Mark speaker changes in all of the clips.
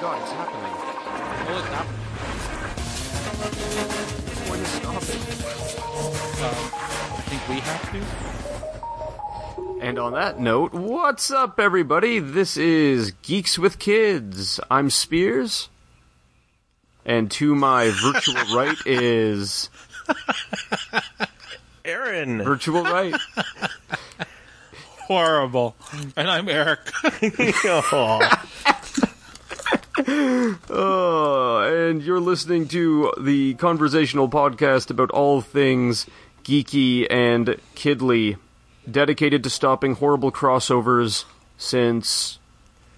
Speaker 1: god, it's happening.
Speaker 2: Oh, it's happening.
Speaker 1: When is stop it?
Speaker 2: Um, I think we have to.
Speaker 1: And on that note, what's up, everybody? This is Geeks with Kids. I'm Spears. And to my virtual right is
Speaker 3: Aaron.
Speaker 1: virtual right.
Speaker 2: Horrible. And I'm Eric.
Speaker 3: Aw.
Speaker 1: Uh, and you're listening to the conversational podcast about all things geeky and kiddly, dedicated to stopping horrible crossovers since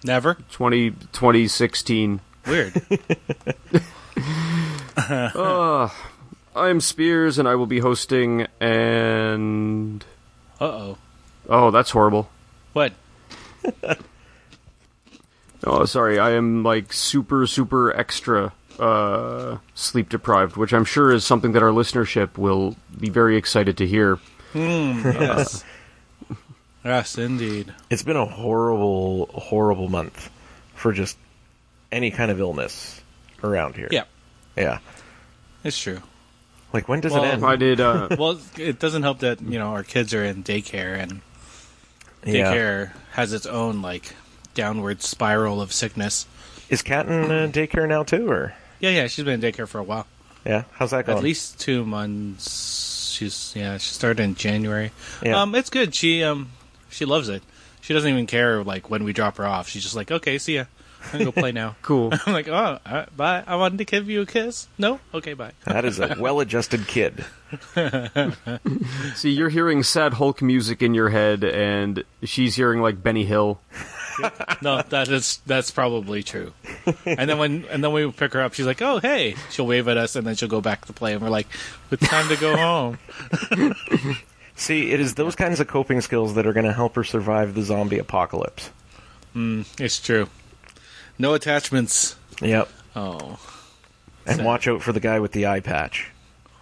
Speaker 2: Never.
Speaker 1: 20, 2016.
Speaker 2: Weird.
Speaker 1: I'm Spears, and I will be hosting. And
Speaker 2: Uh oh.
Speaker 1: oh, that's horrible.
Speaker 2: What?
Speaker 1: Oh, sorry, I am like super, super extra uh, sleep deprived, which I'm sure is something that our listenership will be very excited to hear.
Speaker 2: Yes. yes, indeed.
Speaker 3: it's been a horrible, horrible month for just any kind of illness around here.
Speaker 2: Yeah,
Speaker 3: Yeah.
Speaker 2: it's true.
Speaker 3: Like, when does
Speaker 2: Well,
Speaker 3: it end?
Speaker 1: I did. Uh,
Speaker 2: Well, it doesn't help that, you know, our kids are in daycare and
Speaker 3: yeah.
Speaker 2: daycare has its own, like, downward spiral of sickness.
Speaker 3: Is Kat in uh, daycare now, too, or?
Speaker 2: Yeah, yeah, she's been in daycare for a while.
Speaker 3: Yeah. How's that going?
Speaker 2: At least two months. She's yeah. She started in January.
Speaker 3: Yeah.
Speaker 2: Um, it's good. She um, she loves it. She doesn't even care like when we drop her off. She's just like, okay, see ya. I'm gonna go play now.
Speaker 1: cool.
Speaker 2: I'm like, oh, all right, bye. I wanted to give you a kiss. No, okay, bye.
Speaker 3: That is a well adjusted kid.
Speaker 1: See, you're hearing sad Hulk music in your head, and she's hearing like Benny Hill.
Speaker 2: No, that is that's probably true. And then when and then we pick her up, she's like, oh hey. She'll wave at us, and then she'll go back to play. And we're like, it's time to go home.
Speaker 3: See, it is those kinds of coping skills that are going to help her survive the zombie apocalypse.
Speaker 2: It's true. No attachments.
Speaker 3: Yep.
Speaker 2: Oh,
Speaker 3: And watch out for the guy with the eye patch.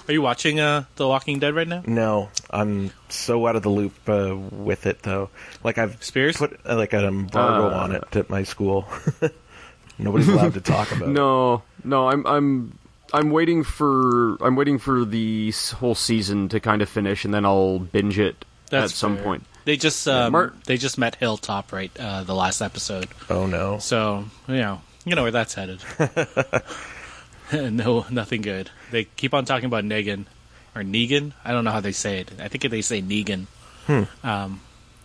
Speaker 2: are you watching uh The Walking Dead right now?
Speaker 3: No, I'm so out of the loop uh, with it though. Like I've
Speaker 2: Spears? Ah.
Speaker 3: put uh, like an embargo
Speaker 1: Uh.
Speaker 3: on it at my school. Nobody's allowed to talk about it.
Speaker 1: No, no, I'm I'm I'm waiting for I'm waiting for the s- whole season to kind of finish, and then I'll binge it at some
Speaker 2: fair.
Speaker 1: point.
Speaker 2: They just um,
Speaker 1: Mar-
Speaker 2: they just met Hilltop right uh, the last episode,
Speaker 3: Oh no.
Speaker 2: so you know you know where that's headed. no, nothing good. They keep on talking about Negan or Negan. I don't know how they say it. I think they say Negan.
Speaker 1: Hmm.
Speaker 2: Um,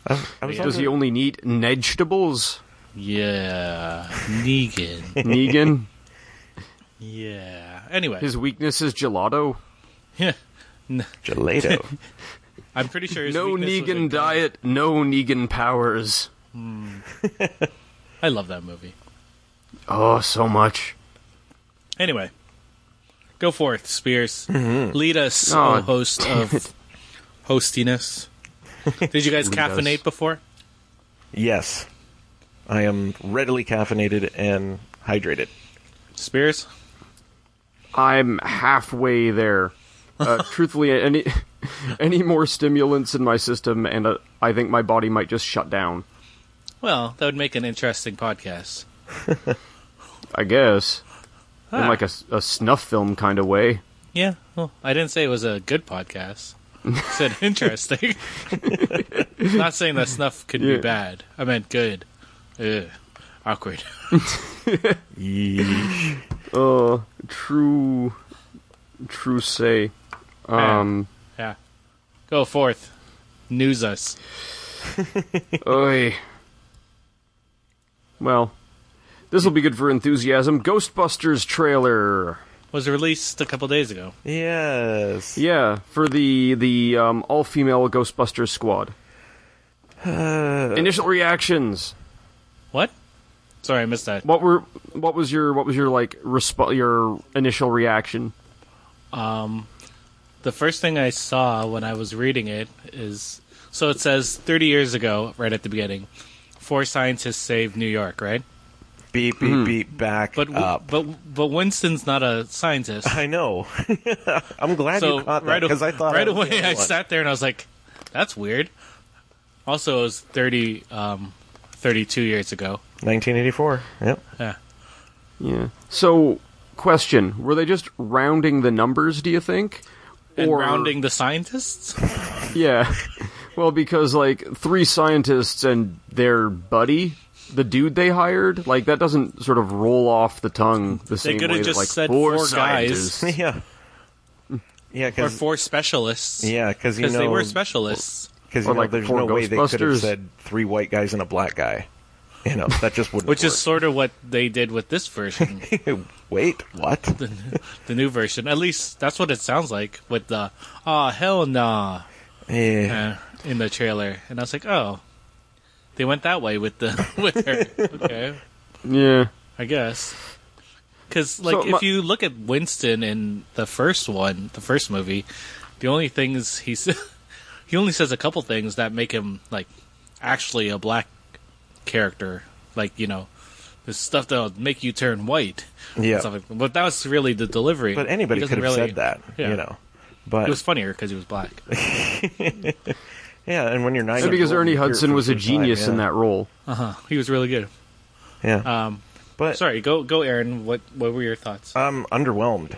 Speaker 3: I, I was
Speaker 1: Does
Speaker 3: on
Speaker 1: he
Speaker 3: the-
Speaker 1: only need vegetables,
Speaker 2: yeah, Negan.
Speaker 1: Negan?
Speaker 2: yeah. Anyway,
Speaker 1: His weakness is gelato.
Speaker 3: gelato.
Speaker 2: I'm pretty sure his
Speaker 1: no
Speaker 2: weakness was
Speaker 1: Negan
Speaker 2: ignored.
Speaker 1: diet, no Negan powers.
Speaker 2: I love that movie.
Speaker 1: Oh, so much.
Speaker 2: Anyway, go forth, Spears. Lead us,
Speaker 1: Oh,
Speaker 2: oh, host of hostiness. Did you guys
Speaker 1: Lead
Speaker 2: caffeinate
Speaker 1: us.
Speaker 2: before?
Speaker 3: yes, I am readily caffeinated and hydrated.
Speaker 2: Spears?
Speaker 1: I'm halfway there. Uh, truthfully, any any more stimulants in my system, and uh, I think my body might just shut down.
Speaker 2: Well, that would make an interesting podcast.
Speaker 1: I guess in
Speaker 2: Ah.
Speaker 1: like a, s- a snuff film kind of way.
Speaker 2: Yeah, well, I didn't say it was a good podcast. I said interesting. Not saying that snuff could
Speaker 1: Yeah.
Speaker 2: be bad. I meant good. Ugh, awkward.
Speaker 3: Yeesh.
Speaker 1: Uh, true, true say.
Speaker 2: Ah.
Speaker 1: Um,
Speaker 2: Yeah. Go forth. News us.
Speaker 1: oy. Well, this will be good for enthusiasm. Ghostbusters trailer.
Speaker 2: Was released a couple days ago.
Speaker 3: Yes.
Speaker 1: Yeah, for the the um, all female Ghostbusters squad.
Speaker 3: Uh,
Speaker 1: Initial reactions.
Speaker 2: What? Sorry, I missed that.
Speaker 1: What were what was your what was your like resp- your initial reaction?
Speaker 2: the first thing I saw when I was reading it is so it says 30 years ago, right at the beginning, four scientists saved New York, right?
Speaker 3: Beep beep beep. Back
Speaker 2: Hmm. But w-
Speaker 3: up.
Speaker 2: but but Winston's not a scientist.
Speaker 3: I know. I'm glad
Speaker 2: so
Speaker 3: you caught that
Speaker 2: right, a-
Speaker 3: because I thought
Speaker 2: right
Speaker 3: I was the
Speaker 2: away
Speaker 3: only
Speaker 2: I
Speaker 3: one.
Speaker 2: sat there and I was like, that's weird. Also, it was 30, um, 32 years ago.
Speaker 3: 1984. Yep.
Speaker 2: Yeah.
Speaker 1: Yeah. So, question: Were they just rounding the numbers? Do you think?
Speaker 2: And rounding the scientists?
Speaker 1: Yeah. Well, because like three scientists and their buddy, the dude they hired, like that doesn't sort of roll off the tongue the same
Speaker 2: coulda
Speaker 1: way that
Speaker 2: just
Speaker 1: like
Speaker 2: said
Speaker 1: four,
Speaker 2: four guys.
Speaker 1: scientists.
Speaker 3: yeah. Yeah,
Speaker 2: Or
Speaker 3: because
Speaker 2: four specialists?
Speaker 3: yeah, because you
Speaker 2: Because
Speaker 3: know,
Speaker 2: they were specialists.
Speaker 3: Because
Speaker 1: Or
Speaker 3: you know,
Speaker 1: like
Speaker 3: there's
Speaker 1: four
Speaker 3: no way they could have
Speaker 1: Ghostbusters.
Speaker 3: said three white guys and a black guy. You know, that just wouldn't.
Speaker 2: Which is
Speaker 3: work.
Speaker 2: sort of what they did with this version,
Speaker 3: wait, what?
Speaker 2: the, the new version. At least that's what it sounds like with the "ah hell nah"
Speaker 3: Yeah,
Speaker 2: uh, in the trailer, and I was like, "Oh, they went that way with the with her." Okay,
Speaker 1: Yeah.
Speaker 2: I guess. Because like
Speaker 1: So,
Speaker 2: if
Speaker 1: my-
Speaker 2: you look at Winston in the first one, the first movie, the only things he s- he only says a couple things that make him like actually a black character, like you know, the stuff that'll make you turn white. and
Speaker 3: Yeah.
Speaker 2: stuff like- but that was really the delivery.
Speaker 3: but
Speaker 2: He
Speaker 3: anybody
Speaker 2: doesn't
Speaker 3: could have
Speaker 2: really-
Speaker 3: said that.
Speaker 2: Yeah.
Speaker 3: You know, but
Speaker 2: It was funnier because he was black.
Speaker 3: yeah, and when you're nine,
Speaker 1: And because
Speaker 3: years old,
Speaker 1: Ernie
Speaker 3: you hear it for
Speaker 1: Hudson
Speaker 3: the
Speaker 1: was a
Speaker 3: first time,
Speaker 1: genius
Speaker 3: yeah.
Speaker 1: in that role.
Speaker 2: Uh huh. He was really good.
Speaker 3: Yeah,
Speaker 2: Um,
Speaker 3: but
Speaker 2: sorry, go go, Aaron. What what were your thoughts?
Speaker 3: I'm underwhelmed.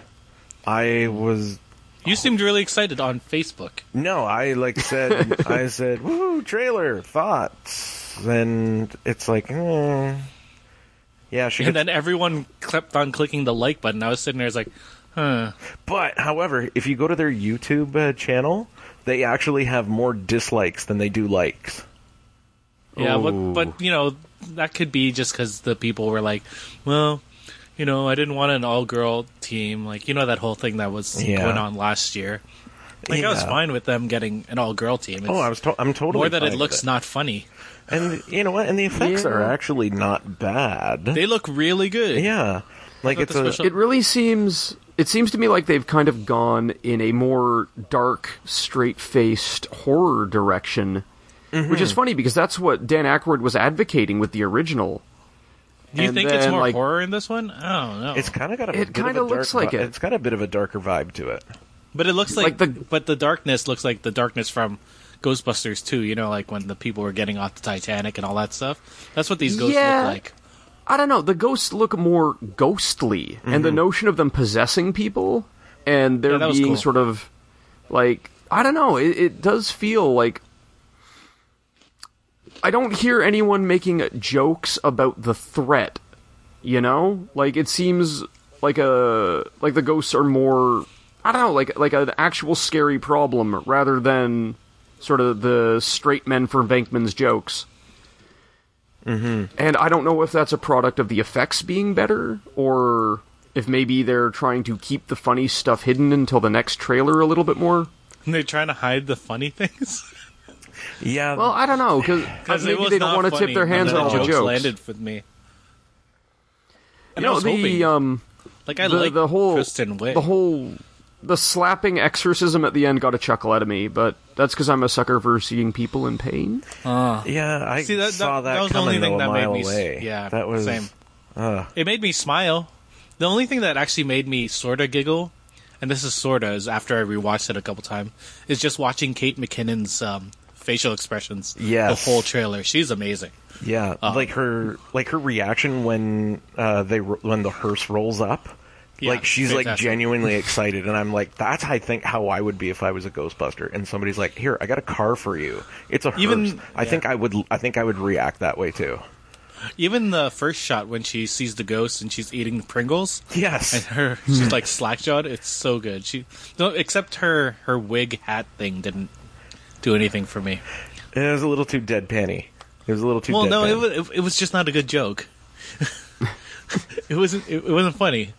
Speaker 3: I was
Speaker 2: you seemed really excited on Facebook.
Speaker 3: No, I like said I said woo trailer thoughts, and it's like mm, yeah she.
Speaker 2: And
Speaker 3: gets-
Speaker 2: then everyone kept on clicking the like button. I was sitting there, I was like, huh.
Speaker 3: but however, if you go to their YouTube uh, channel, they actually have more dislikes than they do likes.
Speaker 2: Yeah,
Speaker 1: Ooh.
Speaker 2: but, but, you know, that could be just because the people were like, well, you know, I didn't want an all girl team. Like, you know, that whole thing that was
Speaker 3: Yeah.
Speaker 2: going on last year. Like, I was
Speaker 3: Yeah.
Speaker 2: fine with them getting an all girl team. It's
Speaker 3: Oh, I was to- I'm totally
Speaker 2: more that it
Speaker 3: fine with
Speaker 2: looks not funny.
Speaker 3: and you know what, and the effects
Speaker 1: Yeah.
Speaker 3: are actually not bad.
Speaker 2: They look really good.
Speaker 3: yeah, like
Speaker 2: Not
Speaker 3: it's
Speaker 2: the
Speaker 3: a
Speaker 2: special-
Speaker 1: It really seems. It seems to me like they've kind of gone in a more dark, straight-faced horror direction, which
Speaker 3: Mm-hmm.
Speaker 1: is funny because that's what Dan Aykroyd was advocating with the original.
Speaker 2: Do you
Speaker 1: And
Speaker 2: think it's
Speaker 1: then,
Speaker 2: more
Speaker 1: like-
Speaker 2: horror in this one? I don't know.
Speaker 3: it's kind of got a
Speaker 1: It
Speaker 3: bit of a
Speaker 1: kinda
Speaker 3: dark
Speaker 1: looks like
Speaker 3: vi-
Speaker 1: it.
Speaker 3: It's got a bit of a darker vibe to it.
Speaker 2: But it looks
Speaker 1: Like
Speaker 2: like,
Speaker 1: the-
Speaker 2: but the darkness looks like the darkness from Ghostbusters 2, you know, like when the people were getting off the Titanic and all that stuff. That's what these ghosts
Speaker 1: Yeah.
Speaker 2: look like.
Speaker 1: I don't know. The ghosts look more ghostly, and the notion of them possessing people and there
Speaker 2: Mm-hmm. Yeah, that was
Speaker 1: being
Speaker 2: cool.
Speaker 1: sort of like I don't know. It, it does feel like I don't hear anyone making jokes about the threat. You know, like it seems like a like the ghosts are more I don't know, like like an actual scary problem rather than sort of the straight men from Bankman's jokes. And I don't know if that's a product of the effects being better, or if maybe they're trying to keep the funny stuff hidden until the next trailer a little bit more.
Speaker 2: And they're trying to hide the funny things
Speaker 3: Yeah,
Speaker 1: Well, I don't know because
Speaker 2: because
Speaker 1: maybe they don't want to tip their hands on all
Speaker 2: the
Speaker 1: the
Speaker 2: jokes,
Speaker 1: jokes.
Speaker 2: landed with me.
Speaker 1: You
Speaker 2: And I
Speaker 1: know
Speaker 2: was
Speaker 1: the
Speaker 2: hoping,
Speaker 1: um
Speaker 2: like I
Speaker 1: the,
Speaker 2: like
Speaker 1: the whole
Speaker 2: Kristen Wiig.
Speaker 1: the whole the slapping exorcism at the end got a chuckle out of me, but that's because I'm a sucker for seeing people in pain.
Speaker 3: yeah, I
Speaker 2: See, that-
Speaker 3: saw
Speaker 2: that-
Speaker 3: that,
Speaker 2: that was the
Speaker 3: coming
Speaker 2: only thing
Speaker 3: though, a
Speaker 2: that made
Speaker 3: mile
Speaker 2: me s-
Speaker 3: away.
Speaker 2: yeah,
Speaker 3: that was
Speaker 2: same. it made me smile. The only thing that actually made me sorta giggle, and this is sorta, is after I rewatched it a couple times, is just watching Kate McKinnon's um, facial expressions.
Speaker 3: Yes.
Speaker 2: the whole trailer. She's amazing.
Speaker 3: Yeah,
Speaker 2: Uh-huh.
Speaker 3: like her like her reaction when uh, they ro- when the hearse rolls up.
Speaker 2: Yeah,
Speaker 3: like she's like
Speaker 2: fantastic.
Speaker 3: genuinely excited, and I'm like, that's I think how I would be if I was a Ghostbuster. And somebody's like, "Here, I got a car for you. It's a hearse."
Speaker 2: Even-
Speaker 3: I think I would I think I would react that way too.
Speaker 2: Even the first shot when she sees the ghost and she's eating Pringles and
Speaker 3: Yes,
Speaker 2: her she's like slackjawed. It's so good. She no, except her her wig hat thing didn't do anything for me.
Speaker 3: it was a little too deadpanny. It was a little too.
Speaker 2: Well, no,
Speaker 3: deadpan.
Speaker 2: it was it, was just not a good joke. it wasn't it, it wasn't funny.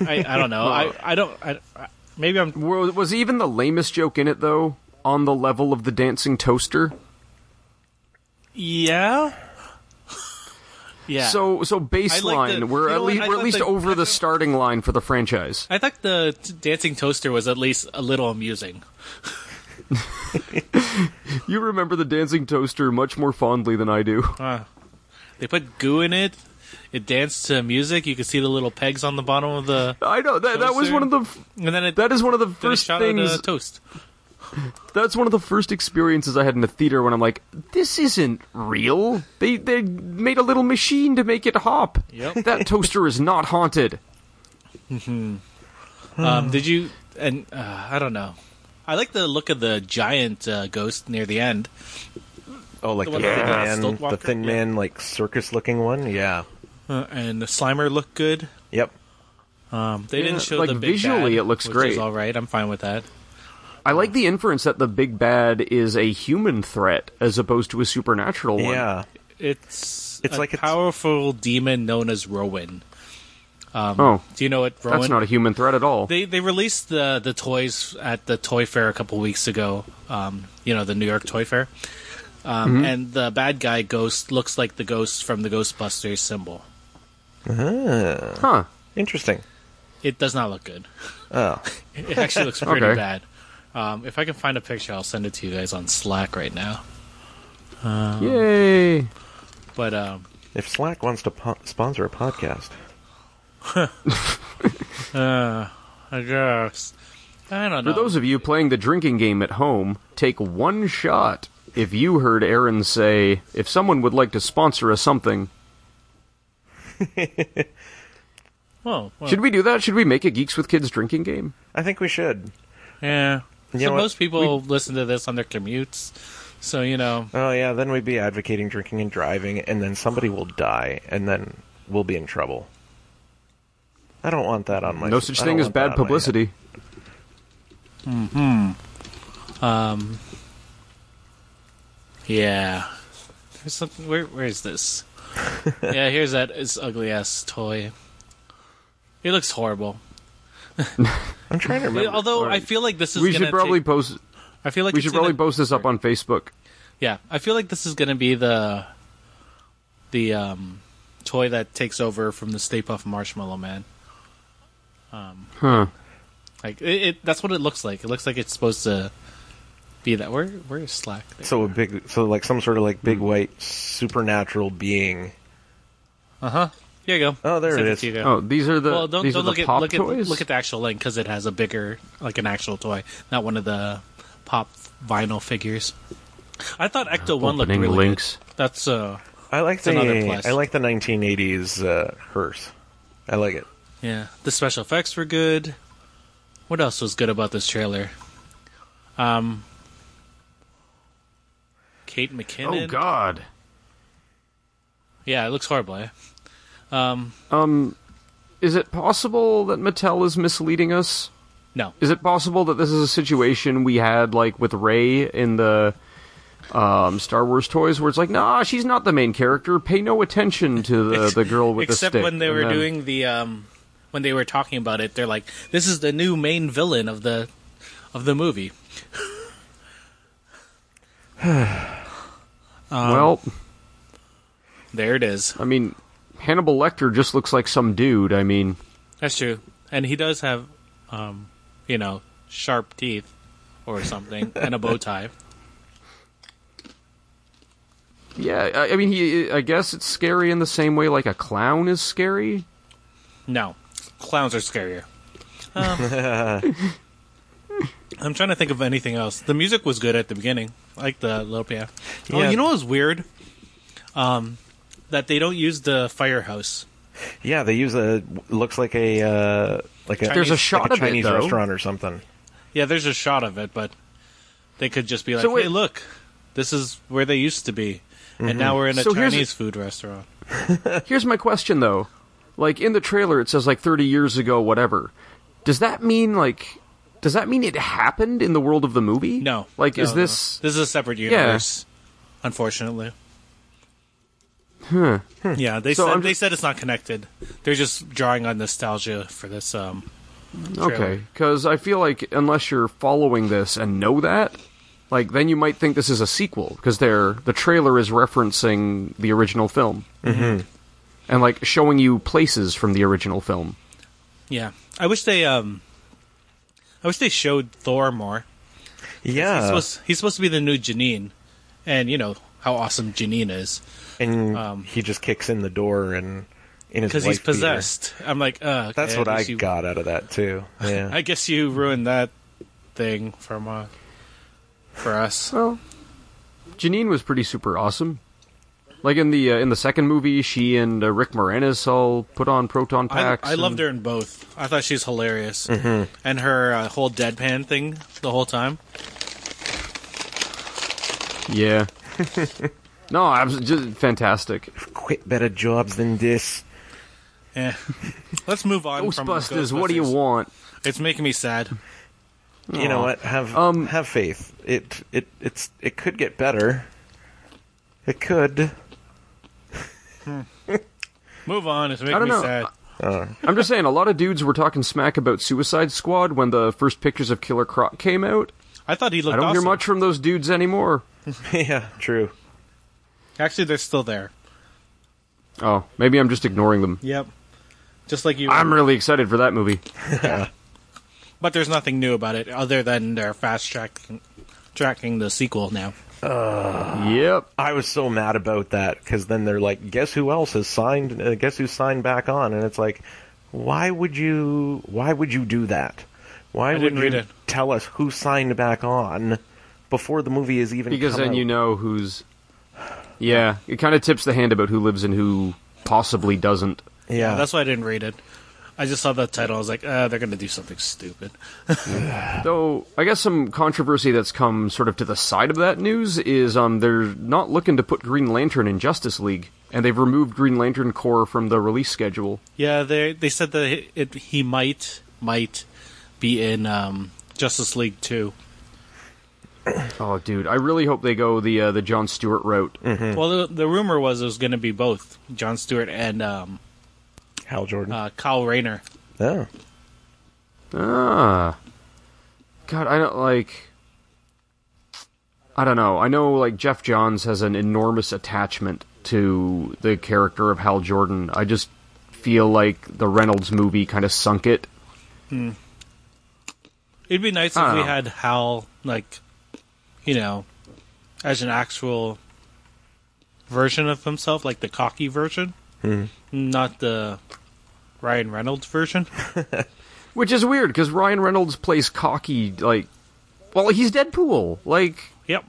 Speaker 2: I, I don't know. I I don't. I, I- maybe I'm.
Speaker 1: Was, was even the lamest joke in it though on the level of the dancing toaster?
Speaker 2: Yeah. Yeah.
Speaker 1: So so baseline,
Speaker 2: the-
Speaker 1: we're
Speaker 2: you
Speaker 1: at
Speaker 2: know what?
Speaker 1: least
Speaker 2: I
Speaker 1: we're at
Speaker 2: thought
Speaker 1: least
Speaker 2: the-
Speaker 1: over the starting line for the franchise.
Speaker 2: I thought the t- dancing toaster was at least a little amusing.
Speaker 1: You remember the dancing toaster much more fondly than I do.
Speaker 2: They put goo in it. It danced to music. You could see the little pegs on the bottom of the,
Speaker 1: I know that that was
Speaker 2: Toaster.
Speaker 1: one of the f-
Speaker 2: and then it
Speaker 1: that is one of the
Speaker 2: then it
Speaker 1: first
Speaker 2: shot out,
Speaker 1: things
Speaker 2: uh, toast.
Speaker 1: That's one of the first experiences I had in a theater when I'm like, this isn't real. They they made a little machine to make it hop.
Speaker 2: Yep.
Speaker 1: That toaster is not haunted.
Speaker 2: Um, did you? And uh, I don't know. I like the look of the giant uh, ghost near the end.
Speaker 3: Oh, like
Speaker 2: The
Speaker 3: the,
Speaker 2: one
Speaker 3: thin
Speaker 2: that they got
Speaker 3: man, the
Speaker 2: Stiltwalker?
Speaker 3: thin
Speaker 2: Yeah.
Speaker 3: man, like circus-looking one. Yeah.
Speaker 2: Uh, and the Slimer looked good.
Speaker 3: Yep.
Speaker 2: Um, they
Speaker 1: Yeah,
Speaker 2: didn't show
Speaker 1: like,
Speaker 2: the big
Speaker 1: visually
Speaker 2: bad,
Speaker 1: it looks
Speaker 2: which
Speaker 1: great.
Speaker 2: Is all right, I'm fine with that.
Speaker 1: I like the inference that the big bad is a human threat as opposed to a supernatural one.
Speaker 3: Yeah.
Speaker 2: It's
Speaker 3: It's
Speaker 2: a
Speaker 3: like it's-
Speaker 2: powerful demon known as Rowan.
Speaker 1: Oh,
Speaker 2: Do you know what Rowan?
Speaker 1: that's not a human threat at all.
Speaker 2: Uh-huh. They they released the the toys at the toy fair a couple weeks ago. Um, you know the New York Toy Fair, um,
Speaker 1: Mm-hmm.
Speaker 2: and the bad guy ghost looks like the ghost from the Ghostbusters symbol.
Speaker 1: huh.
Speaker 3: Interesting.
Speaker 2: It does not look good.
Speaker 3: Oh.
Speaker 2: It actually looks pretty
Speaker 1: Okay.
Speaker 2: bad. Um, if I can find a picture, I'll send it to you guys on Slack right now. Uh-huh.
Speaker 1: Yay.
Speaker 2: But um,
Speaker 3: If Slack wants to po- sponsor a podcast,
Speaker 2: I guess I
Speaker 1: For
Speaker 2: don't know.
Speaker 1: those of you playing the drinking game at home, take one shot if you heard Aaron say, if someone would like to sponsor us something.
Speaker 2: Whoa, whoa.
Speaker 1: Should we do that? Should we make a Geeks with Kids drinking game?
Speaker 3: I think we should.
Speaker 2: yeah.
Speaker 3: You know
Speaker 2: so
Speaker 3: what?
Speaker 2: most people listen to this on their commutes. So you know,
Speaker 3: Oh yeah, then we'd be advocating drinking and driving, and then somebody will die, and then we'll be in trouble. I don't want that on my.
Speaker 1: No such
Speaker 3: I don't
Speaker 1: thing as
Speaker 3: want that
Speaker 1: bad
Speaker 3: on my head.
Speaker 1: publicity.
Speaker 2: yeah. There's something. Where where is this? yeah, here's that is ugly ass toy. It looks horrible.
Speaker 3: I'm trying to remember.
Speaker 2: Although I feel like this is
Speaker 1: We
Speaker 2: gonna
Speaker 1: should probably
Speaker 2: take-
Speaker 1: post.
Speaker 2: I feel like
Speaker 1: We
Speaker 2: it's
Speaker 1: should probably
Speaker 2: gonna-
Speaker 1: post this up on Facebook.
Speaker 2: Yeah, I feel like this is going to be the the um, toy that takes over from the Stay Puft Marshmallow Man. Um, Like it, it, that's what it looks like. It looks like it's supposed to be that. Where where is Slack? There.
Speaker 3: so a big, so like some sort of like big white supernatural being.
Speaker 2: Uh huh. Here you go.
Speaker 3: Oh, there
Speaker 2: Sent
Speaker 3: it
Speaker 2: to
Speaker 3: is.
Speaker 2: you.
Speaker 1: Oh, these are the
Speaker 2: well, don't
Speaker 1: these
Speaker 2: don't
Speaker 1: are
Speaker 2: look
Speaker 1: the
Speaker 2: at
Speaker 1: pop
Speaker 2: look at
Speaker 1: toys.
Speaker 2: look at the actual link because it has a bigger like an actual toy, not one of the pop vinyl figures. I thought Ecto One looked
Speaker 1: Opening
Speaker 2: really
Speaker 1: links.
Speaker 2: good. That's uh
Speaker 3: I like the
Speaker 2: another plus.
Speaker 3: I like the 1980s uh, hearse. I like it.
Speaker 2: Yeah, the special effects were good. What else was good about this trailer? Um, Kate McKinnon.
Speaker 1: Oh God.
Speaker 2: Yeah, it looks horrible. Eh? Um,
Speaker 1: Is it possible that Mattel is misleading us?
Speaker 2: No,
Speaker 1: Is it possible that this is a situation we had like with Ray in the um, Star Wars toys, where it's like, nah, she's not the main character. Pay no attention to the, the girl with
Speaker 2: except
Speaker 1: the stick.
Speaker 2: when they
Speaker 1: And
Speaker 2: were
Speaker 1: then-
Speaker 2: doing the um, when they were talking about it, they're like, "This is the new main villain of the of the movie." um,
Speaker 1: well,
Speaker 2: There it is.
Speaker 1: I mean, Hannibal Lecter just looks like some dude. I mean,
Speaker 2: That's true, and he does have, um, you know, sharp teeth or something, and a bow tie.
Speaker 1: yeah, I, I mean, he. I guess it's scary in the same way like a clown is scary.
Speaker 2: No, clowns are scarier. Um, I'm trying to think of anything else. The music was good at the beginning, like the little piano. Oh,
Speaker 3: Yeah.
Speaker 2: you know what was weird? Um, that they don't use the firehouse.
Speaker 3: Yeah, they use a looks like a uh, like a
Speaker 2: There's a
Speaker 3: like
Speaker 1: shot of it,
Speaker 3: Chinese
Speaker 1: though.
Speaker 3: restaurant or something.
Speaker 2: Yeah, there's a shot of it, but they could just be like,
Speaker 1: So wait-
Speaker 2: "Hey, look, this is where they used to be, and now we're in a
Speaker 1: So here's a-
Speaker 2: Chinese food restaurant."
Speaker 1: Here's my question though. Like in the trailer it says like 30 years ago whatever. Does that mean like does that mean it happened in the world of the movie?
Speaker 2: No,
Speaker 1: Like
Speaker 2: No,
Speaker 1: is
Speaker 2: no.
Speaker 1: this
Speaker 2: this is a separate universe? Unfortunately. Yeah, they
Speaker 1: So
Speaker 2: said
Speaker 1: I'm
Speaker 2: they
Speaker 1: just-
Speaker 2: said it's not connected. They're just drawing on nostalgia for this. Um,
Speaker 1: okay cuz I feel like unless you're following this and know that like then you might think this is a sequel because they're the trailer is referencing the original film. Mhm. And like showing you places from the original film.
Speaker 2: yeah, I wish they um, I wish they showed Thor more.
Speaker 3: Yeah,
Speaker 2: He's supposed he's supposed to be the new Janine, and you know how awesome Janine is
Speaker 3: and he just kicks in the door and in his
Speaker 2: because um, he's
Speaker 3: wife beater.
Speaker 2: possessed. I'm like, uh,
Speaker 3: That's
Speaker 2: okay,
Speaker 3: what I
Speaker 2: guess you-
Speaker 3: got out of that too. Yeah,
Speaker 2: I guess you ruined that thing from uh, for us.
Speaker 1: Well, Janine was pretty super awesome. Like in the uh, in the second movie, she and uh, Rick Moranis all put on proton
Speaker 2: I,
Speaker 1: packs.
Speaker 2: I loved
Speaker 1: and-
Speaker 2: her in both. I thought she was hilarious,
Speaker 3: Mm-hmm.
Speaker 2: and her uh, whole deadpan thing the whole time.
Speaker 1: Yeah. no, I was just fantastic.
Speaker 3: Quit better jobs than this.
Speaker 2: Yeah. Eh, Let's move on. from
Speaker 1: Ghostbusters, what do you
Speaker 2: Ghostbusters.
Speaker 1: want?
Speaker 2: It's making me sad.
Speaker 3: You know what? Have
Speaker 1: Um,
Speaker 3: have faith. It it it's it could get better. It could.
Speaker 2: Move on. It's making
Speaker 1: I don't
Speaker 2: me
Speaker 1: know.
Speaker 2: sad.
Speaker 3: Uh,
Speaker 1: I'm just saying, a lot of dudes were talking smack about Suicide Squad when the first pictures of Killer Croc came out.
Speaker 2: I thought he looked.
Speaker 1: I don't hear
Speaker 2: awesome.
Speaker 1: much from those dudes anymore.
Speaker 3: yeah, true.
Speaker 2: Actually, they're still there.
Speaker 1: Oh, maybe I'm just ignoring them.
Speaker 2: Yep. Just like you.
Speaker 1: I'm really excited for that movie.
Speaker 2: but there's nothing new about it other than they're fast tracking tracking the sequel now.
Speaker 1: Yep.
Speaker 3: I was so mad about that because then they're like, guess who else has signed? Uh, guess who signed back on? And it's like, why would you? Why would you do that? Why would
Speaker 2: didn't
Speaker 3: you
Speaker 2: read it.
Speaker 3: tell us who signed back on before the movie is even?
Speaker 1: Because
Speaker 3: come
Speaker 1: then
Speaker 3: out?
Speaker 1: you know who's. Yeah, it kind of tips the hand about who lives and who possibly doesn't.
Speaker 3: yeah,
Speaker 2: That's why I didn't read it. I just saw the title. I was like, uh, they're going to do something stupid.
Speaker 1: Though I guess some controversy that's come sort of to the side of that news is um they're not looking to put Green Lantern in Justice League, and they've removed Green Lantern Corps from the release schedule.
Speaker 2: Yeah, they they said that it, it, he might might be in um, Justice League Two.
Speaker 1: Oh, dude, I really hope they go the uh, the John Stewart route.
Speaker 2: Well, the, the rumor was it was going to be both John Stewart and um,
Speaker 3: Hal Jordan.
Speaker 2: uh, Kyle Rayner.
Speaker 3: oh.
Speaker 1: Ah, God, I don't like. I don't know. I know like Jeff Johns has an enormous attachment to the character of Hal Jordan. I just feel like the Reynolds movie kind of sunk it.
Speaker 2: It'd be nice
Speaker 1: I
Speaker 2: if we
Speaker 1: don't know.
Speaker 2: had Hal, like, you know, as an actual version of himself, like the cocky version, not the Ryan Reynolds version.
Speaker 1: Which is weird because Ryan Reynolds plays cocky like, well, he's Deadpool. Like,
Speaker 2: yep.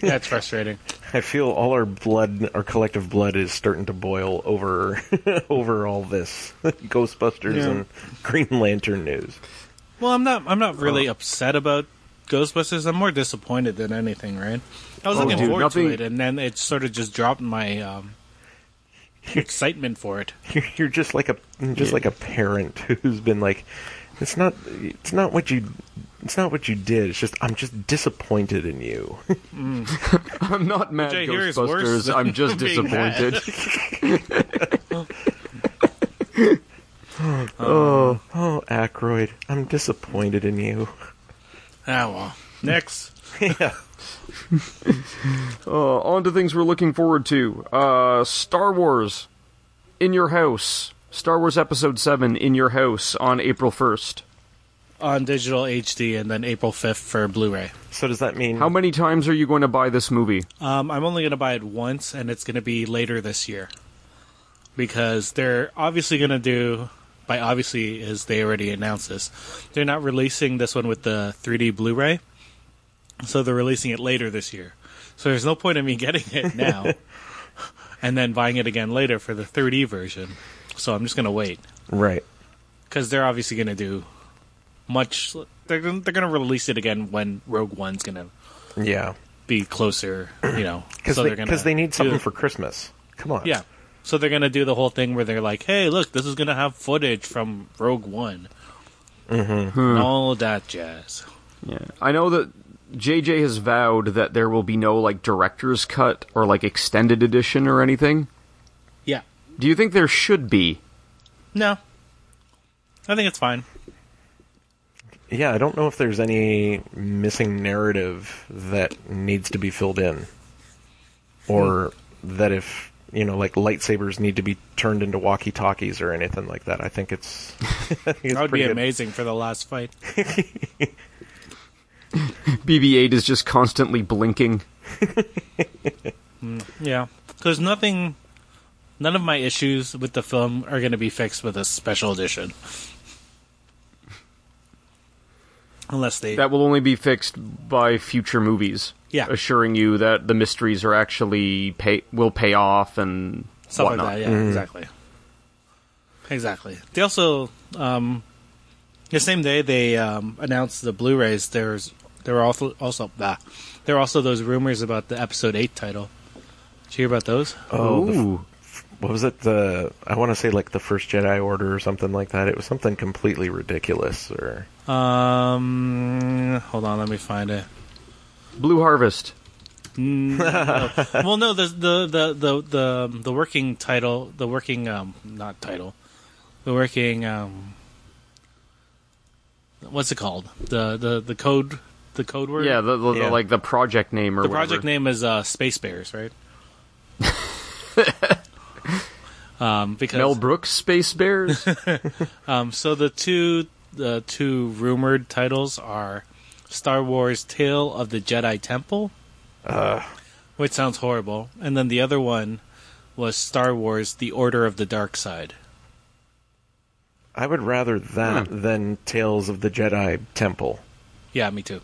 Speaker 2: That's frustrating.
Speaker 3: I feel all our blood, our collective blood, is starting to boil over over all this Ghostbusters
Speaker 2: Yeah.
Speaker 3: and Green Lantern news.
Speaker 2: Well, I'm not. I'm not really upset about Ghostbusters. I'm more disappointed than anything. Right? I was
Speaker 1: Oh,
Speaker 2: looking
Speaker 1: dude,
Speaker 2: forward
Speaker 1: nothing-
Speaker 2: to it, and then it sort of just dropped my um, excitement for it.
Speaker 3: You're, you're just like a just like a parent who's been like, it's not it's not what you it's not what you did. It's just I'm just disappointed in you.
Speaker 1: I'm not mad
Speaker 2: Which I hear is
Speaker 1: Ghostbusters.
Speaker 2: worse than
Speaker 1: I'm just
Speaker 2: being mad.
Speaker 1: disappointed.
Speaker 2: Uh.
Speaker 3: oh, Ackroyd, I'm disappointed in you.
Speaker 2: Ah well. Next.
Speaker 3: yeah,
Speaker 1: Uh, on to things we're looking forward to. Uh, Star Wars in your house. Star Wars Episode 7 in your house on April 1st.
Speaker 2: on digital HD and then April 5th for Blu-ray.
Speaker 3: So does that mean
Speaker 1: How many times are you going to buy this movie?
Speaker 2: Um, I'm only going to buy it once, and it's going to be later this year because they're obviously going to do. By obviously, is they already announced this, they're not releasing this one with the 3D Blu-ray, so they're releasing it later this year. So there's no point in me getting it now, and then buying it again later for the 3D version. So I'm just going to wait.
Speaker 3: right?
Speaker 2: because they're obviously going to do much. They're gonna- they're going to release it again when Rogue One's going to
Speaker 3: Yeah,
Speaker 2: be closer. You know,
Speaker 3: because
Speaker 2: so
Speaker 3: they,
Speaker 2: are going
Speaker 3: 'cause they need something for Christmas. Come on,
Speaker 2: yeah. So they're going to do the whole thing where they're like, "Hey, look, this is going to have footage from Rogue One." Mm-hmm. And all that jazz.
Speaker 1: Yeah. I know that JJ has vowed that there will be no like director's cut or like extended edition or anything.
Speaker 2: Yeah.
Speaker 1: Do you think there should be?
Speaker 2: No. I think it's fine.
Speaker 3: yeah. I don't know if there's any missing narrative that needs to be filled in, or
Speaker 2: Hmm.
Speaker 3: that if you know, like lightsabers need to be turned into walkie talkies or anything like that. I think it's, I think it's
Speaker 2: That would be
Speaker 3: pretty good.
Speaker 2: amazing for the last fight.
Speaker 1: BB-8 is just constantly blinking.
Speaker 2: Yeah, because nothing, none of my issues with the film are going to be fixed with a special edition. unless they
Speaker 1: That will only be fixed by future movies.
Speaker 2: Yeah.
Speaker 1: assuring you that the mysteries are actually pay will pay off and
Speaker 2: stuff
Speaker 1: whatnot. Mm-hmm.
Speaker 2: like that. Yeah, exactly. Exactly. They also um, the same day they um, announced the Blu-rays. There's there were also also blah. there were also those rumors about the episode eight title. Did you hear about those?
Speaker 3: Oh, the f-
Speaker 1: Ooh.
Speaker 3: what was it? The I want to say like the first Jedi Order or something like that. It was something completely ridiculous. Or
Speaker 2: Um, hold on, let me find it.
Speaker 1: Blue Harvest.
Speaker 2: Oh, well, no, the the the the the, the working title, the working um, not title, the working um, what's it called? The the the code, the code word.
Speaker 1: Yeah, the, the, the-
Speaker 3: Yeah.
Speaker 1: like the project name or
Speaker 2: the
Speaker 1: whatever.
Speaker 2: project name is uh, Space Bears, right? um, because
Speaker 1: Mel Brooks Space Bears.
Speaker 2: um, so the two the two rumored titles are Star Wars: Tale of the Jedi Temple, which sounds horrible, and then the other one was Star Wars: The Order of the Dark Side.
Speaker 3: I would rather that
Speaker 2: Hmm.
Speaker 3: than Tales of the Jedi Temple.
Speaker 2: Yeah, me too.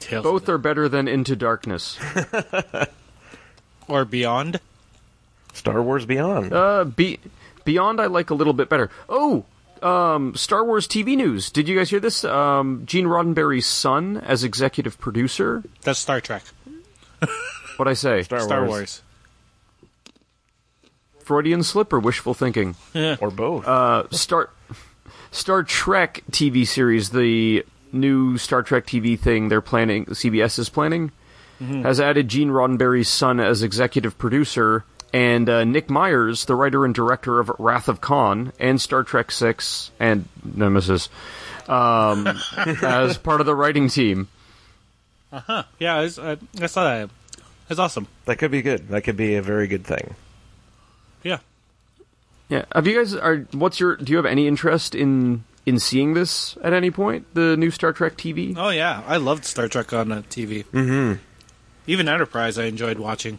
Speaker 2: Tales of
Speaker 1: Both are better than Into Darkness.
Speaker 2: the- or Beyond.
Speaker 3: Star Wars Beyond.
Speaker 2: Oh,
Speaker 1: Uh, be- Beyond I like a little bit better. Oh, um, Star Wars TV news. Did you guys hear this? Um, Gene Roddenberry's son as executive producer.
Speaker 2: That's Star Trek.
Speaker 1: What I say?
Speaker 3: Star,
Speaker 2: Star
Speaker 3: Wars.
Speaker 2: Wars.
Speaker 1: Freudian slip or wishful thinking?
Speaker 3: or both.
Speaker 1: Uh, Star Star Trek TV series, the new Star Trek TV thing they're planning, CBS is planning, has added Gene Roddenberry's son as executive producer, and uh, Nick Myers, the writer and director of Wrath of Khan and Star Trek Six and Nemesis, um, as part of the writing team.
Speaker 2: Yeah, I, was- I, I saw that. That's awesome.
Speaker 3: that could be good. That could be a very good thing.
Speaker 2: Yeah.
Speaker 1: Yeah, have you guys? Are what's your? Do you have any interest in in seeing this at any point? The new Star Trek TV.
Speaker 2: Oh yeah, I loved Star Trek on uh, TV. Mm-hmm. Even Enterprise, I enjoyed watching.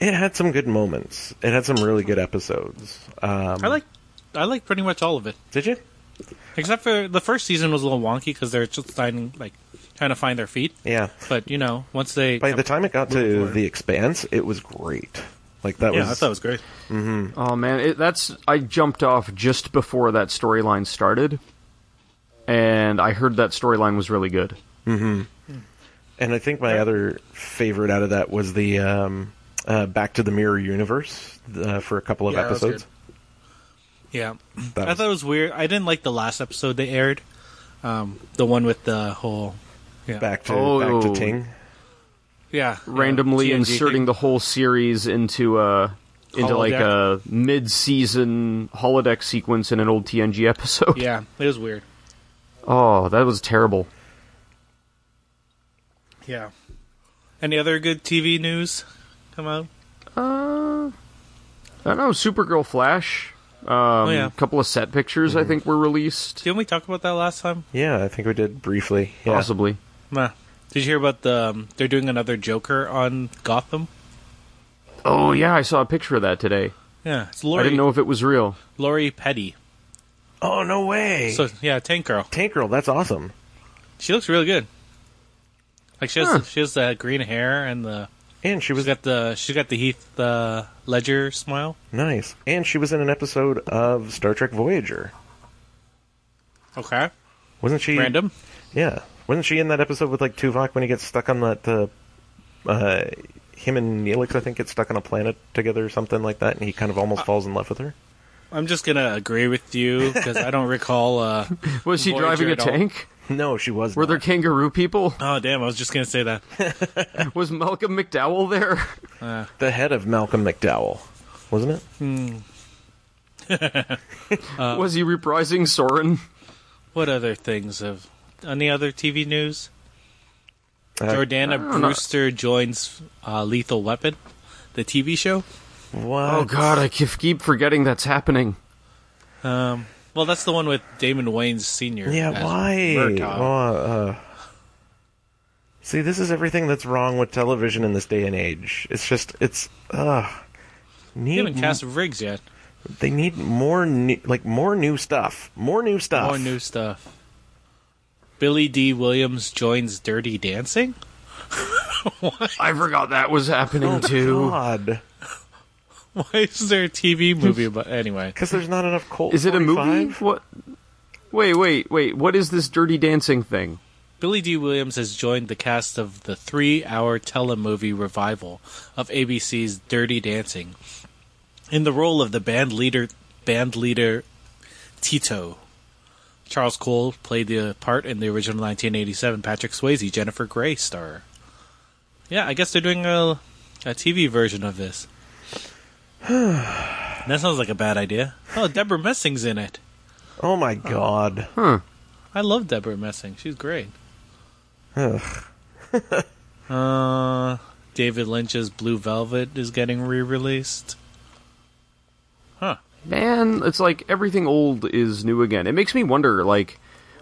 Speaker 3: It had some good moments. It had some really good episodes. Um,
Speaker 2: I like, I like pretty much all of it,
Speaker 3: Did you?
Speaker 2: except for the first season was a little wonky because they're just finding like trying to find their feet.
Speaker 3: Yeah.
Speaker 2: But you know, once they
Speaker 3: By the time it got to
Speaker 2: forward.
Speaker 3: the Expanse, it was great. Like that
Speaker 2: yeah, I
Speaker 3: was.
Speaker 2: thought it was great.
Speaker 1: Oh man, it, that's I jumped off just before that storyline started, and I heard that storyline was really good.
Speaker 3: and I think my other favorite out of that was the um, uh, Back to the Mirror Universe uh, for a couple of
Speaker 2: Yeah, that was good.
Speaker 3: episodes.
Speaker 2: Yeah,
Speaker 3: That
Speaker 2: I thought it was weird. I didn't like the last episode they aired, um, the one with the whole yeah,
Speaker 3: back to back
Speaker 1: Oh.
Speaker 3: to Ting.
Speaker 2: yeah,
Speaker 1: Randomly
Speaker 2: yeah, TNG
Speaker 1: inserting
Speaker 2: thing.
Speaker 1: the whole series into a into like a mid-season holodeck sequence in an old TNG episode.
Speaker 2: yeah, it was weird.
Speaker 1: Oh, that was terrible.
Speaker 2: Yeah. Any other good TV news come out?
Speaker 1: I don't know, Supergirl Flash. Um,
Speaker 2: Oh, yeah. Mm-hmm.
Speaker 1: couple of set pictures I think were released.
Speaker 2: Didn't we talk about that last time?
Speaker 3: Yeah, I think we did briefly. Yeah.
Speaker 1: Possibly.
Speaker 2: Nah. Did you hear about the? Um, they're doing another Joker on Gotham.
Speaker 1: Oh yeah, I saw a picture of that today.
Speaker 2: Yeah, it's
Speaker 1: I
Speaker 2: Lori.
Speaker 1: didn't know if it was real.
Speaker 2: Lori Petty.
Speaker 3: Oh no way!
Speaker 2: So yeah, Tank Girl.
Speaker 3: Tank Girl, that's awesome.
Speaker 2: She looks really good. Like she has,
Speaker 1: Huh.
Speaker 2: she has the green hair and the
Speaker 3: And she
Speaker 2: she's
Speaker 3: was
Speaker 2: got the she's got the Heath uh, Ledger smile.
Speaker 3: nice. And she was in an episode of Star Trek Voyager.
Speaker 2: Okay,
Speaker 3: Wasn't she
Speaker 2: Mm. random.
Speaker 3: Yeah. Wasn't she in that episode with like Tuvok when he gets stuck on that uh, uh him and Neelix I think get stuck on a planet together or something like that and he kind of almost falls in love with her?
Speaker 2: I'm just gonna agree with you because I don't recall. Uh,
Speaker 1: Was she
Speaker 2: Voyager
Speaker 1: driving a
Speaker 2: at all.
Speaker 1: tank?
Speaker 3: No, she was
Speaker 1: Were there
Speaker 3: not.
Speaker 1: kangaroo people?
Speaker 2: oh damn, I was just gonna say that.
Speaker 1: Was Malcolm McDowell there?
Speaker 2: Uh,
Speaker 3: the head of Malcolm McDowell, wasn't it?
Speaker 1: Was he reprising Soren?
Speaker 2: What other things have? Any other TV news?
Speaker 3: Uh,
Speaker 2: Jordana
Speaker 1: don't know.
Speaker 2: Brewster joins uh, Lethal Weapon, the TV show.
Speaker 3: What?
Speaker 1: Oh god, I keep keep forgetting that's happening.
Speaker 2: Um, well, that's the one with Damon Wayans Sr.
Speaker 3: Yeah,
Speaker 2: as
Speaker 3: why?
Speaker 2: Murtaugh.
Speaker 3: Oh, uh, see, this is everything that's wrong with television in this day and age. It's just, it's, ugh.
Speaker 2: They
Speaker 3: Need,
Speaker 2: haven't cast Riggs yet.
Speaker 3: They need more, new, like more new stuff. More new stuff.
Speaker 2: More new stuff. Billy D. Williams joins Dirty Dancing?
Speaker 1: I forgot that was happening too.
Speaker 3: Oh, God,
Speaker 2: Why is there a TV movie about anyway?
Speaker 3: because there's not enough Colt.
Speaker 1: Is it a movie?
Speaker 3: 45.
Speaker 1: What? Wait, wait, wait. What is this Dirty Dancing thing?
Speaker 2: Billy D. Williams has joined the cast of the three hour telemovie revival of ABC's Dirty Dancing in the role of the band leader, band leader Tito. Charles Cole played the part in the original 1987 Patrick Swayze Jennifer Grey star. Yeah, I guess they're doing a, a TV version of this. that sounds like a bad idea. Oh, Deborah Messing's in it.
Speaker 3: Oh my God.
Speaker 2: I love Deborah Messing. She's great.
Speaker 3: Ugh.
Speaker 2: Uh, David Lynch's Blue Velvet is getting re-released. Huh.
Speaker 1: Man, it's like everything old is new again. It makes me wonder, like,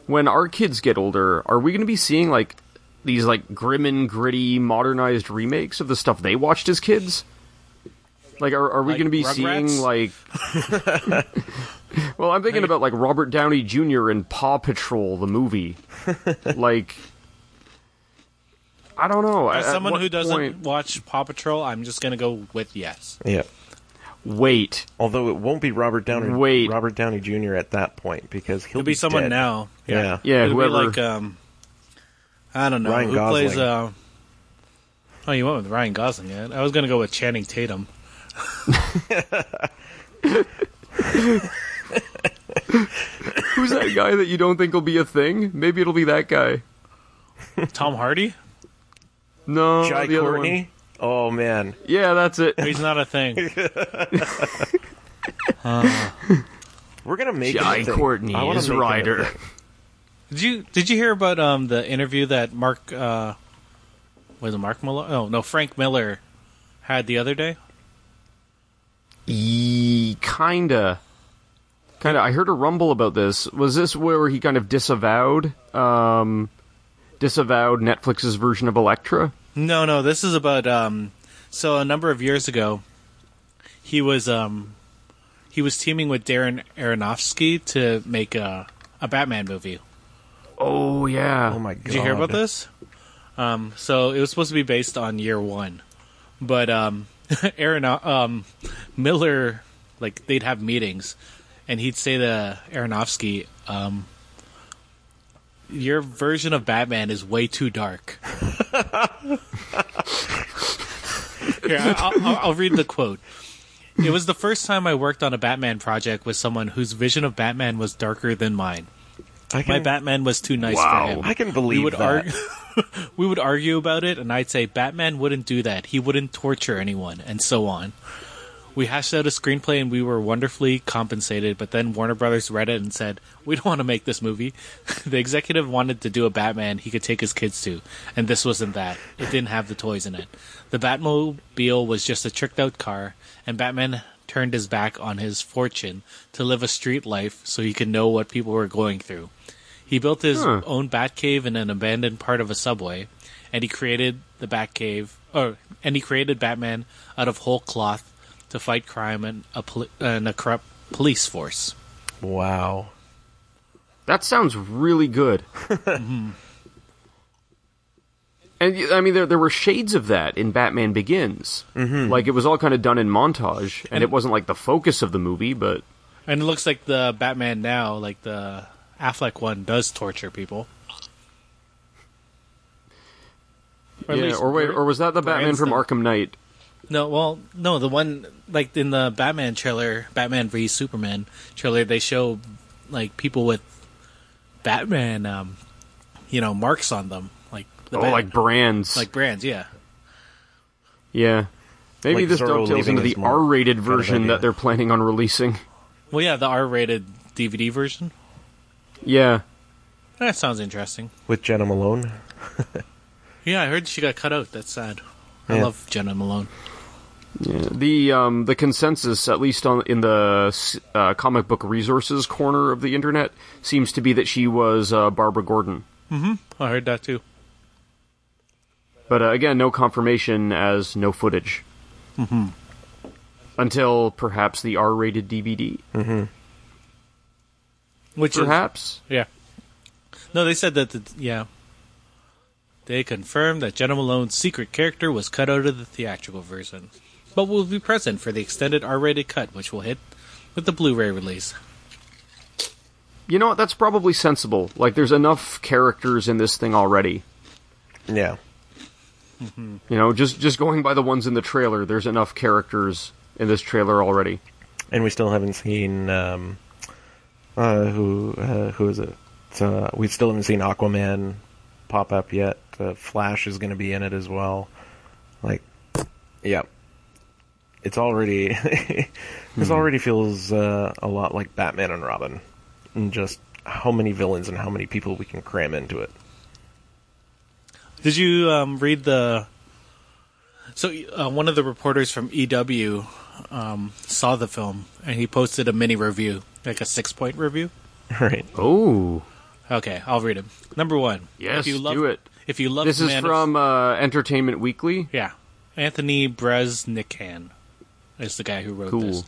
Speaker 1: when our kids get older, are we going to be seeing like these like grim and gritty modernized remakes of the stuff they watched as kids? Like, are, are we
Speaker 2: Like
Speaker 1: going to be
Speaker 2: Rugrats?
Speaker 1: seeing like? well, I'm thinking about like Robert Downey Jr. and Paw Patrol the movie. like, I don't know.
Speaker 2: As
Speaker 1: At- at
Speaker 2: someone
Speaker 1: what
Speaker 2: who doesn't
Speaker 1: point-
Speaker 2: watch Paw Patrol, I'm just gonna go with yes.
Speaker 3: Yeah.
Speaker 1: wait,
Speaker 3: Although it won't be Robert Downey.
Speaker 1: Wait.
Speaker 3: Robert Downey Jr. at that point because he'll
Speaker 2: It'll be someone
Speaker 3: dead.
Speaker 2: now.
Speaker 3: Yeah.
Speaker 1: yeah,
Speaker 2: It'll
Speaker 1: whoever.
Speaker 2: be like um, I don't know
Speaker 3: Ryan
Speaker 2: who
Speaker 3: Gosling.
Speaker 2: plays. Uh, oh, you went with Ryan Gosling. Yeah? I was gonna go with Channing Tatum.
Speaker 1: Who's that guy that you don't think will be a thing? Maybe it'll be that guy.
Speaker 2: Tom Hardy?
Speaker 1: No,
Speaker 3: Jai
Speaker 1: the other one.
Speaker 3: Courtney. Oh man.
Speaker 1: Yeah, that's it.
Speaker 2: He's not a thing.
Speaker 3: We're gonna make it a
Speaker 1: Jai
Speaker 3: thing.
Speaker 1: Courtney
Speaker 3: I wanna
Speaker 1: is
Speaker 3: make it a
Speaker 1: Ryder.
Speaker 3: thing.
Speaker 2: Did you Did you hear about um the interview that Mark uh, was it Mark Miller? Oh no, Frank Miller had the other day.
Speaker 1: Ye- kinda, kinda. I heard a rumble about this. Was this where he kind of disavowed, um, disavowed Netflix's version of Elektra?
Speaker 2: No, no, this is about um so a number of years ago he was um he was teaming with Darren Aronofsky to make a a Batman movie.
Speaker 1: Oh yeah.
Speaker 3: Oh my god.
Speaker 2: Did you hear about this? Um so it was supposed to be based on year 1. But um Aaron um Miller like they'd have meetings and he'd say to Aronofsky um your version of Batman is way too dark. Here, I- I'll, I'll, I'll read the quote. It was the first time I worked on a Batman project with someone whose vision of Batman was darker than mine.
Speaker 3: I can,
Speaker 2: My Batman was too nice
Speaker 1: Wow.
Speaker 2: for him.
Speaker 3: Hmm. I can believe
Speaker 2: we would
Speaker 3: that.
Speaker 2: argue. we would argue about it, and I'd say Batman wouldn't do that. He wouldn't torture anyone, and so on. We hashed out a screenplay, and we were wonderfully compensated. But then Warner Brothers read it and said, "We don't want to make this movie." the executive wanted to do a Batman he could take his kids to, and this wasn't that. It didn't have the toys in it. The Batmobile was just a tricked-out car, and Batman turned his back on his fortune to live a street life so he could know what people were going through. He built his
Speaker 1: Huh.
Speaker 2: own Batcave in an abandoned part of a subway, and he created the Batcave, or and he created Batman out of whole cloth to fight crime and a poli- and a corrupt police force.
Speaker 3: Wow.
Speaker 1: That sounds really good. and y- I mean, there there were shades of that in Batman Begins. Mm-hmm. Like it was all kind of done in montage, and it wasn't like the focus of the movie, but
Speaker 2: And it looks like the Batman now, like the Affleck one, does torture people. Or at
Speaker 1: yeah.
Speaker 2: least
Speaker 1: Or wait,
Speaker 2: Bra-
Speaker 1: or was that the Batman
Speaker 2: Brands
Speaker 1: from
Speaker 2: them.
Speaker 1: Arkham Knight?
Speaker 2: No, well, no, the one like in the Batman trailer, Batman v Superman trailer, they show like people with Batman, um, you know, marks on them, like the
Speaker 1: oh,
Speaker 2: Bat-
Speaker 1: like brands.
Speaker 2: like brands, yeah.
Speaker 1: Yeah. Maybe
Speaker 3: Like
Speaker 1: this
Speaker 3: Zorro
Speaker 1: dovetails
Speaker 3: leaving
Speaker 1: into
Speaker 3: his
Speaker 1: the
Speaker 3: mark
Speaker 1: R-rated
Speaker 3: of
Speaker 1: version
Speaker 3: idea.
Speaker 1: that they're planning on releasing.
Speaker 2: Well, yeah, the R-rated DVD version.
Speaker 1: Yeah.
Speaker 2: That sounds interesting.
Speaker 3: With Jenna Malone.
Speaker 2: Yeah, I heard she got cut out. That's sad. I
Speaker 3: Yeah.
Speaker 2: love Jenna Malone.
Speaker 1: The um, the consensus, at least on in the s- uh, comic book resources corner of the internet, seems to be that she was uh, Barbara Gordon.
Speaker 2: I heard that too.
Speaker 1: But uh, again, no confirmation as no footage. Mm-hmm. Until perhaps the R-rated DVD,
Speaker 2: Which
Speaker 1: perhaps.
Speaker 2: is yeah. No, they said that. The, yeah, they confirmed that Jenna Malone's secret character was cut out of the theatrical version, but will be present for the extended R-rated cut, which will hit with the Blu-ray release.
Speaker 1: You know what? That's probably sensible. Like, there's enough characters in this thing already.
Speaker 3: Yeah.
Speaker 1: You know, just just going by the ones in the trailer, there's enough characters in this trailer already.
Speaker 3: And we still haven't seen um, uh, who uh, who is it? It's, uh, we still haven't seen Aquaman pop up yet. Uh, Flash is going to be in it as well. Like, yeah, it's already this already feels uh, a lot like Batman and Robin, and just how many villains and how many people we can cram into it.
Speaker 2: Did you um, read the? So uh, one of the reporters from EW um, saw the film and he posted a mini review, like a six-point review.
Speaker 3: Right.
Speaker 1: Oh,
Speaker 2: Okay, I'll read him. Number one.
Speaker 1: Yes,
Speaker 2: if you love,
Speaker 1: do it.
Speaker 2: If you love,
Speaker 1: this is
Speaker 2: Man of-
Speaker 1: from uh, Entertainment Weekly.
Speaker 2: yeah, Anthony Breznikan is the guy who wrote
Speaker 1: Cool.
Speaker 2: this.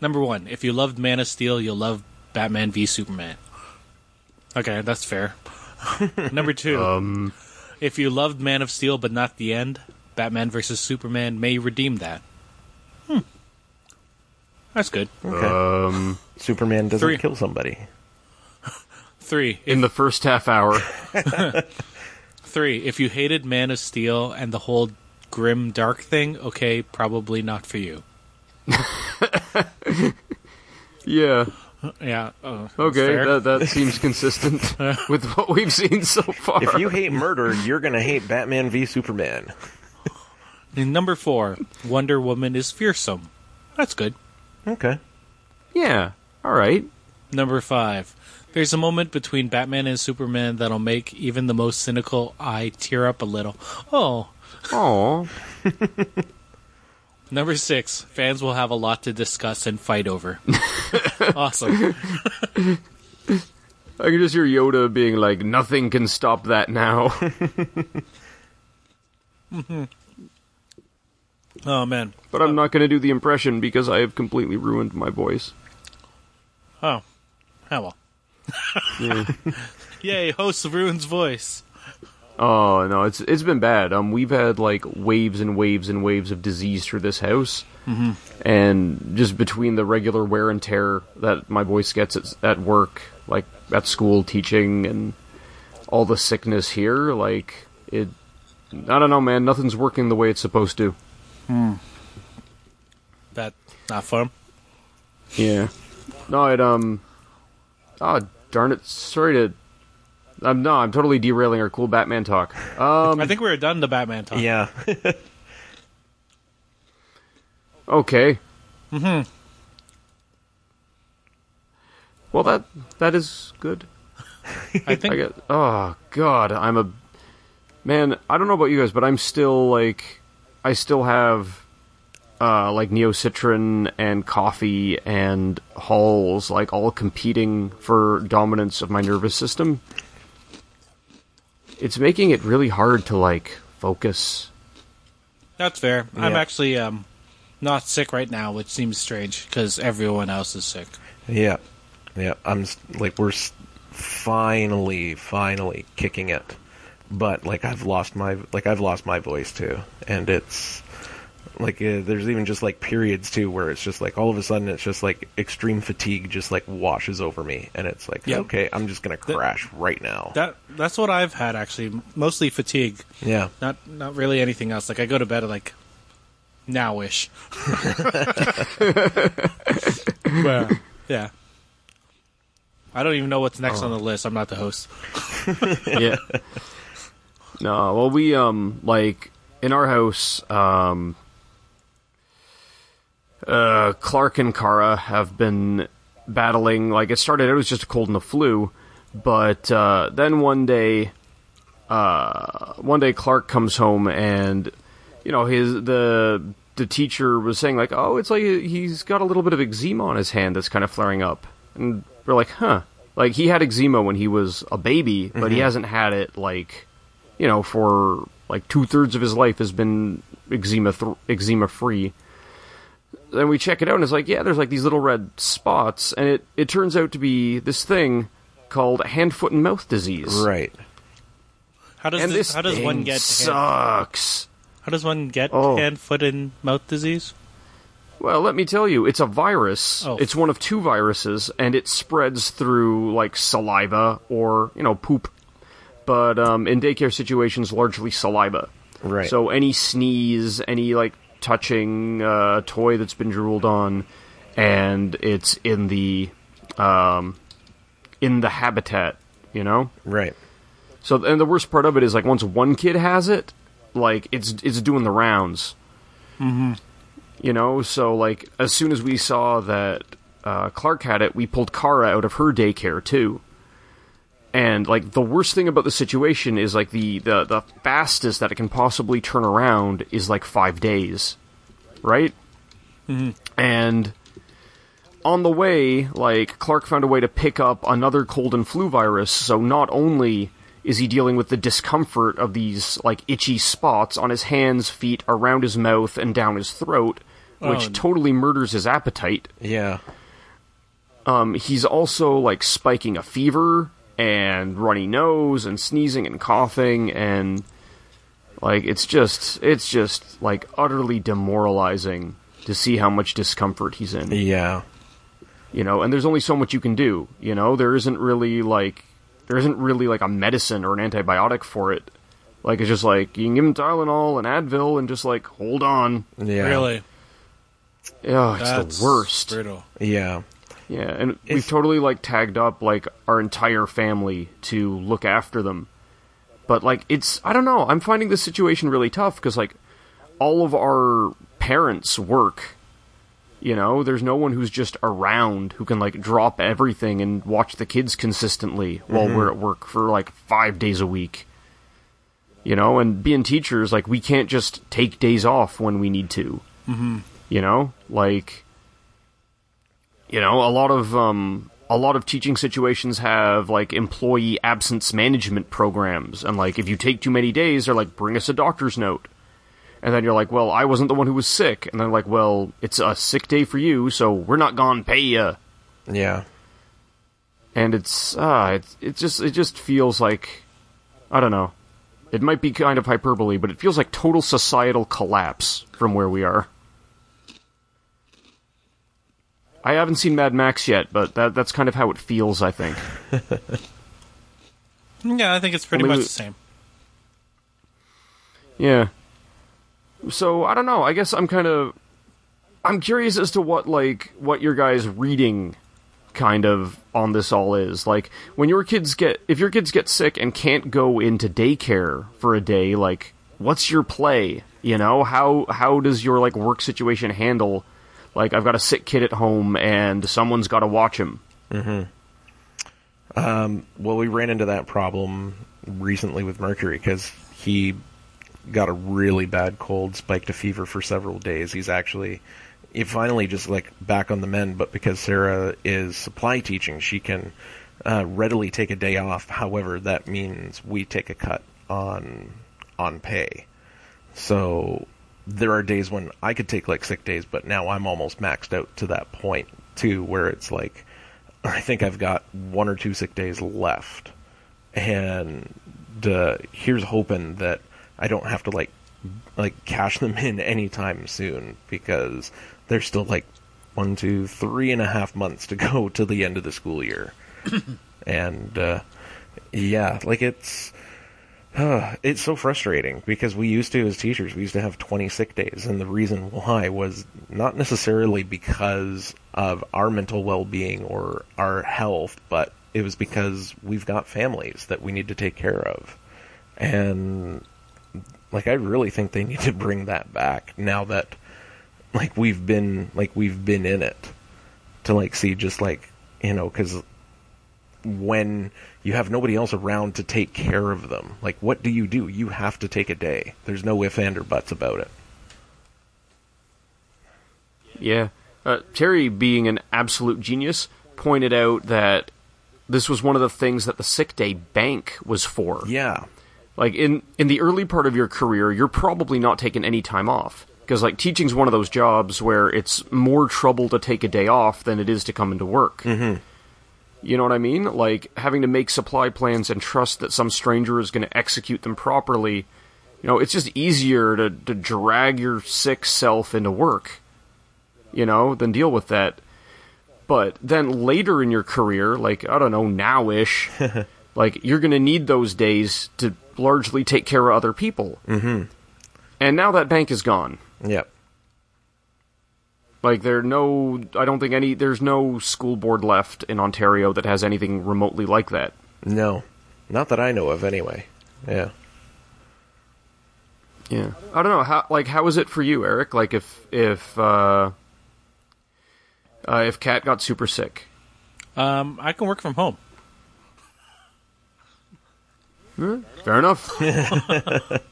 Speaker 2: Number one. If you loved Man of Steel, you'll love Batman v Superman. Okay, that's fair. Number two.
Speaker 1: Um,
Speaker 2: If you loved Man of Steel but not the end, Batman vs Superman may redeem that. Hmm. That's good.
Speaker 3: Okay.
Speaker 1: um,
Speaker 3: Superman doesn't
Speaker 2: three.
Speaker 3: kill somebody.
Speaker 2: Three. If,
Speaker 1: in the first half hour.
Speaker 2: three. If you hated Man of Steel and the whole grim dark thing, okay, probably not for you.
Speaker 1: Yeah.
Speaker 2: Yeah. Uh,
Speaker 1: Okay,
Speaker 2: fair.
Speaker 1: that that seems consistent with what we've seen so far.
Speaker 3: If you hate murder, you're going to hate Batman v Superman.
Speaker 2: And Number four. Wonder Woman is fearsome. That's good.
Speaker 3: Okay.
Speaker 1: yeah. All right.
Speaker 2: Number five. There's a moment between Batman and Superman that'll make even the most cynical eye tear up a little. Oh,
Speaker 1: Oh.
Speaker 2: Number six, fans will have a lot to discuss and fight over. awesome.
Speaker 1: I can just hear Yoda being like, "Nothing can stop that now."
Speaker 2: Oh man.
Speaker 1: but I'm not going to do the impression because I have completely ruined my voice.
Speaker 2: Oh. Oh well. Yay, host of Ruin's voice.
Speaker 1: Oh no, it's it's been bad. Um, we've had like waves and waves and waves of disease through this house, mm-hmm. and just between the regular wear and tear that my voice gets at, at work, like at school teaching, and all the sickness here, like it. I don't know, man. Nothing's working the way it's supposed to.
Speaker 2: That not fun.
Speaker 1: Yeah. No, it um. Oh darn it! Sorry to. Um, no, I'm totally derailing our cool Batman talk.
Speaker 2: I think we were done the Batman talk.
Speaker 3: Yeah.
Speaker 1: Okay. Mm-hmm. Well, that that is good.
Speaker 2: I think
Speaker 1: I get. Oh God, I'm a man. I don't know about you guys, but I'm still like, I still have, uh, like neocitrin and coffee and Halls, like all competing for dominance of my nervous system. It's making it really hard to like focus.
Speaker 2: that's fair. I'm
Speaker 3: Yeah.
Speaker 2: actually um not sick right now, which seems strange because everyone else is sick.
Speaker 3: Yeah. Yeah. I'm s- like, we're s- finally, finally kicking it. But like I've lost my like I've lost my voice too, and it's like uh, there's even just like periods too where it's just like all of a sudden it's just like extreme fatigue just like washes over me, and it's like
Speaker 2: Yeah.
Speaker 3: okay I'm just gonna crash right now.
Speaker 2: That that's what I've had actually, mostly fatigue.
Speaker 3: yeah,
Speaker 2: Not not really anything else. Like I go to bed at like now ish. well, yeah. I don't even know what's next on the
Speaker 1: Oh.
Speaker 2: list. I'm not the host.
Speaker 1: yeah. No, well, we um like in our house, um, uh, Clark and Kara have been battling. Like it started, it was just a cold and a flu, but uh, then one day, uh, one day Clark comes home and you know his the the teacher was saying like, oh, it's like he's got a little bit of eczema on his hand that's kind of flaring up, and we're like, huh. Like he had eczema when he was a baby, but he hasn't had it like, you know, for like two thirds of his life has been eczema th- eczema free then we check it out and it's like yeah there's like these little red spots and it it turns out to be this thing called hand, foot, and mouth disease.
Speaker 3: Right.
Speaker 2: How does
Speaker 1: And
Speaker 2: this,
Speaker 1: this
Speaker 2: how does one
Speaker 1: thing
Speaker 2: get hand,
Speaker 1: sucks.
Speaker 2: how does one get
Speaker 1: Oh.
Speaker 2: hand, foot, and mouth disease?
Speaker 1: Well, let me tell you, it's a virus.
Speaker 2: Oh.
Speaker 1: It's one of two viruses, and it spreads through like saliva or you know poop. But um, in daycare situations, largely saliva.
Speaker 3: Right.
Speaker 1: So any sneeze, any like touching uh, toy that's been drooled on, and it's in the um, in the habitat. You know.
Speaker 3: Right.
Speaker 1: So and the worst part of it is like once one kid has it, like it's it's doing the rounds. Mm-hmm. You know, so like as soon as we saw that uh, Clark had it, we pulled Kara out of her daycare too. And like the worst thing about the situation is like the the the fastest that it can possibly turn around is like five days, right? Mm-hmm. And on the way, like Clark found a way to pick up another cold and flu virus. So not only is he dealing with the discomfort of these like itchy spots on his hands, feet, around his mouth, and down his throat, which
Speaker 2: Oh.
Speaker 1: totally murders his appetite.
Speaker 3: Yeah.
Speaker 1: Um, he's also like spiking a fever and runny nose and sneezing and coughing and like it's just it's just like utterly demoralizing to see how much discomfort he's in
Speaker 3: Yeah.
Speaker 1: you know and there's only so much you can do you know there isn't really like there isn't really like a medicine or an antibiotic for it like it's just like you can give him tylenol and advil and just like hold on
Speaker 3: Yeah.
Speaker 2: Really,
Speaker 1: yeah it's
Speaker 2: that's
Speaker 1: the worst
Speaker 2: Brutal.
Speaker 3: Yeah.
Speaker 1: yeah and we've
Speaker 3: It's-
Speaker 1: totally like tagged up like our entire family to look after them but like it's i don't know i'm finding this situation really tough because like all of our parents work you know there's no one who's just around who can like drop everything and watch the kids consistently while we're at work for like five days a week you know and being teachers like we can't just take days off when we need to mm-hmm. you know like you know a lot of um a lot of teaching situations have like employee absence management programs and like if you take too many days they're like bring us a doctor's note and then you're like, well, I wasn't the one who was sick. And they're like, well, it's a sick day for you, so we're not gonna pay you.
Speaker 3: Yeah.
Speaker 1: And it's uh, it it just it just feels like I don't know. It might be kind of hyperbole, but it feels like total societal collapse from where we are. I haven't seen Mad Max yet, but that that's kind of how it feels. I think.
Speaker 2: Yeah, I think it's pretty
Speaker 1: Only
Speaker 2: much
Speaker 1: we-
Speaker 2: the same.
Speaker 1: Yeah. So I don't know. I guess I'm kind of I'm curious as to what like what your guys reading kind of on this all is. Like when your kids get if your kids get sick and can't go into daycare for a day, like what's your play? You know, how how does your like work situation handle like I've got a sick kid at home and someone's got to watch him.
Speaker 3: Well, we ran into that problem recently with Mercury because he got a really bad cold, spiked a fever for several days. He's actually, he finally just like back on the mend, but because Sarah is supply teaching, she can uh, readily take a day off. However, that means we take a cut on on pay. So there are days when I could take like sick days, but now I'm almost maxed out to that point too, where it's like I think I've got one or two sick days left, and uh, here's hoping that I don't have to like like cash them in anytime soon because there's still like one, two, three and a half months to go to the end of the school year, and uh, yeah, like it's. Uh, it's so frustrating because we used to, as teachers, we used to have 20 sick days, and the reason why was not necessarily because of our mental well being or our health, but it was because we've got families that we need to take care of. And, like, I really think they need to bring that back now that, like, we've been, like, we've been in it to, like, see just, like, you know, because when you have nobody else around to take care of them. Like, what do you do? You have to take a day. There's no if and or buts about it.
Speaker 1: Yeah. Uh, Terry, being an absolute genius, pointed out that this was one of the things that the sick day bank was for.
Speaker 3: Yeah.
Speaker 1: Like in in the early part of your career, you're probably not taking any time off because like teaching's one of those jobs where it's more trouble to take a day off than it is to come into work. You know what I mean? Like having to make supply plans and trust that some stranger is going to execute them properly. You know, it's just easier to, to drag your sick self into work, you know, than deal with that. But then later in your career, like, I don't know, now ish, like, you're going to need those days to largely take care of other people. Mm-hmm. And now that bank is gone.
Speaker 3: Yep.
Speaker 1: Like there are no, I don't think any. There's no school board left in Ontario that has anything remotely like that.
Speaker 3: No. Not that I know of, anyway. Yeah.
Speaker 1: Yeah, I don't know how. Like, how is it for you, Eric? Like, if if uh, uh, if Kat got super sick,
Speaker 2: Um, I can work from home.
Speaker 1: fair enough. It'd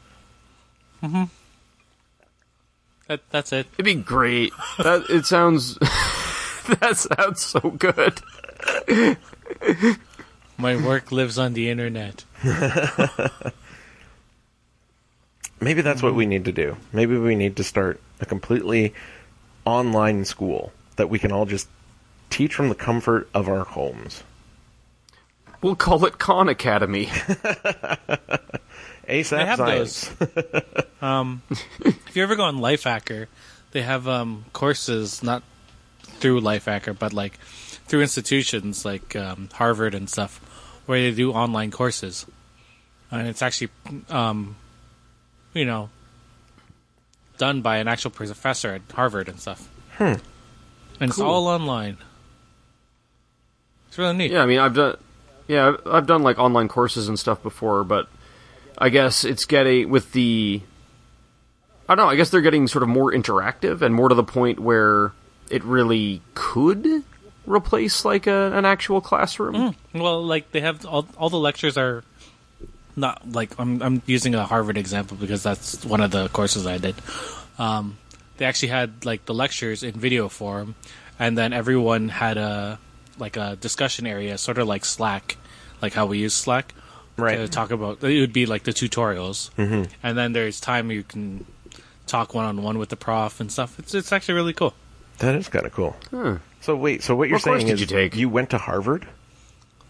Speaker 2: That, that's it.
Speaker 1: be great. That it sounds. that sounds so good.
Speaker 2: My work lives on the internet.
Speaker 3: Maybe that's what we need to do. Maybe we need to start a completely online school that we can all just teach from the comfort of our homes.
Speaker 1: We'll call it Khan Academy.
Speaker 2: They
Speaker 3: ASAP
Speaker 2: have
Speaker 3: science.
Speaker 2: Um, If you ever go on Lifehacker, they have um, courses not through Lifehacker, but like through institutions like um, Harvard and stuff, where they do online courses, and it's actually, um, you know, done by an actual professor at Harvard and stuff, and it's
Speaker 1: Cool.
Speaker 2: all online. It's really neat.
Speaker 1: Yeah, I mean, I've done, yeah, I've- I've done like online courses and stuff before, but I guess it's getting with the, I don't know. I guess they're getting sort of more interactive and more to the point where it really could replace like a, an actual classroom.
Speaker 2: Well, like they have all, all the lectures are not like I'm I'm using a Harvard example because that's one of the courses I did. Um, they actually had like the lectures in video form, and then everyone had a like a discussion area, sort of like Slack, like how we use Slack,
Speaker 3: Right.
Speaker 2: To talk about it would be like the tutorials, mm-hmm. and then there's time you can talk one on one with the prof and stuff. It's it's actually really cool.
Speaker 3: That is kind of cool. So wait, so what you're
Speaker 1: course
Speaker 3: saying
Speaker 1: did
Speaker 3: is
Speaker 1: you take?
Speaker 3: went to Harvard,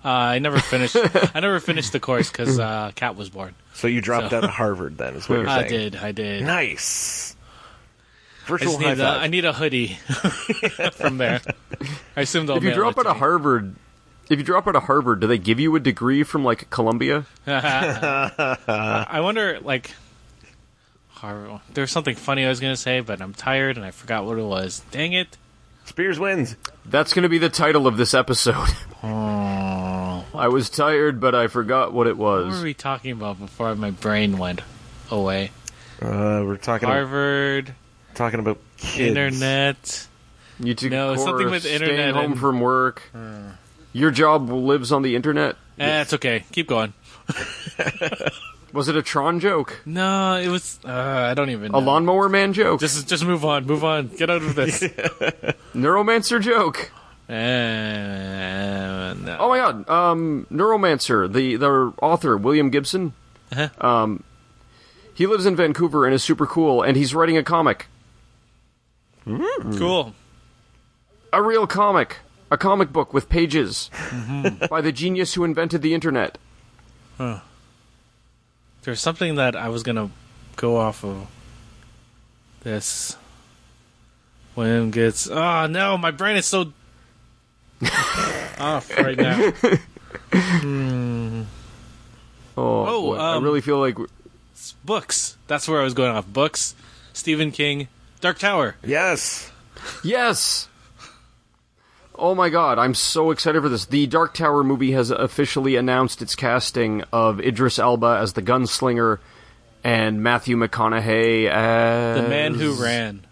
Speaker 2: Uh, I never finished. I never finished the course because uh, Cat was born.
Speaker 3: so you dropped out of Harvard. Then is what you're
Speaker 2: I
Speaker 3: saying.
Speaker 2: did. I did.
Speaker 3: Nice.
Speaker 2: I
Speaker 3: Virtual
Speaker 2: just
Speaker 3: high
Speaker 2: need a,
Speaker 3: five.
Speaker 2: I need a hoodie from there. I assume they'll
Speaker 1: If you
Speaker 2: mail
Speaker 1: drop
Speaker 2: it
Speaker 1: out
Speaker 2: to
Speaker 1: of Harvard, if you drop out of Harvard, do they give you a degree from like Columbia?
Speaker 2: me. I wonder, like, Harvard. There was something funny I was gonna say, but I'm tired and I forgot what it was. Dang it!
Speaker 3: Spears wins.
Speaker 1: That's going to be the title of this episode.
Speaker 2: Oh,
Speaker 1: I was tired, but I forgot what it
Speaker 2: what were
Speaker 1: was.
Speaker 2: we talking about before my brain went away?
Speaker 3: Uh, we're talking
Speaker 2: Harvard,
Speaker 3: talking about kids.
Speaker 2: internet.
Speaker 1: You took
Speaker 2: No,
Speaker 1: a course,
Speaker 2: something with
Speaker 1: staying
Speaker 2: internet
Speaker 1: home
Speaker 2: and- Hmm.
Speaker 1: from work. Your job lives on the internet.
Speaker 2: Eh, it's okay. Keep going.
Speaker 1: Was it a Tron joke?
Speaker 2: No, it was. Uh, I don't even.
Speaker 1: A
Speaker 2: Know.
Speaker 1: lawnmower man joke?
Speaker 2: Just, just move on. Move on. Get out of this.
Speaker 1: Neuromancer joke?
Speaker 2: Eh, no.
Speaker 1: Oh my god. Um, Neuromancer, the, the author, William Gibson.
Speaker 2: Uh-huh.
Speaker 1: Um, he lives in Vancouver and is super cool, and he's writing a comic.
Speaker 2: Cool.
Speaker 1: A real comic. A comic book with pages
Speaker 2: Mm-hmm.
Speaker 1: by the genius who invented the internet.
Speaker 2: There's something that I was gonna go off of. This William gets. Oh no, my brain is so off right now.
Speaker 1: Oh,
Speaker 2: Oh,
Speaker 1: boy. I
Speaker 2: um,
Speaker 1: really feel like.
Speaker 2: It's books. That's where I was going off. Books. Stephen King. Dark Tower.
Speaker 3: Yes.
Speaker 1: Yes! Oh my god, I'm so excited for this. The Dark Tower movie has officially announced its casting of Idris Elba as the gunslinger and Matthew McConaughey as.
Speaker 2: The man who ran.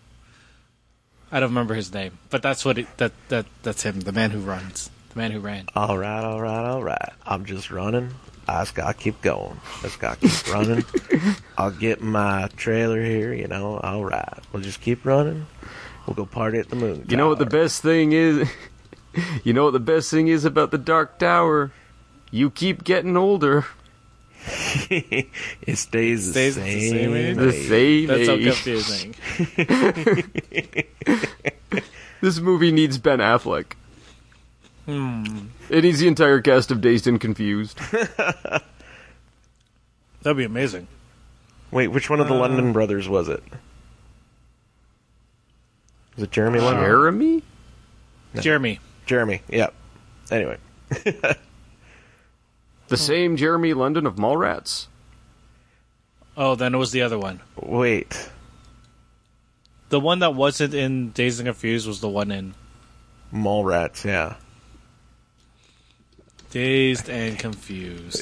Speaker 2: I don't remember his name, but that's what it, that that that's him. The man who runs. The man who ran.
Speaker 3: All right. All right. All right. I'm just running. I just gotta keep going. I just gotta keep running. I'll get my trailer here. You know. All right. We'll just keep running. We'll go party at the moon.
Speaker 1: You know what the
Speaker 3: Tower.
Speaker 1: best thing is? you know what the best thing is about the Dark Tower? You keep getting older.
Speaker 3: it stays the
Speaker 2: Stays the
Speaker 3: same.
Speaker 2: same eh? age?
Speaker 1: The same
Speaker 2: That's so
Speaker 1: age.
Speaker 2: confusing. Hmm.
Speaker 1: This movie needs Ben Affleck. It needs the entire cast of Dazed and Confused.
Speaker 2: That'd be amazing.
Speaker 3: Wait, which one of
Speaker 2: Uh,
Speaker 3: the London brothers was it? Was it
Speaker 2: uh,
Speaker 3: Jeremy London?
Speaker 1: Jeremy?
Speaker 2: Jeremy,
Speaker 3: Jeremy. Yeah. Anyway,
Speaker 1: The same Jeremy London of Mallrats?
Speaker 2: Oh, then it was the other one.
Speaker 3: wait.
Speaker 2: The one that wasn't in Days and Confused was the one in
Speaker 3: Mallrats. Yeah.
Speaker 2: Dazed and Confused.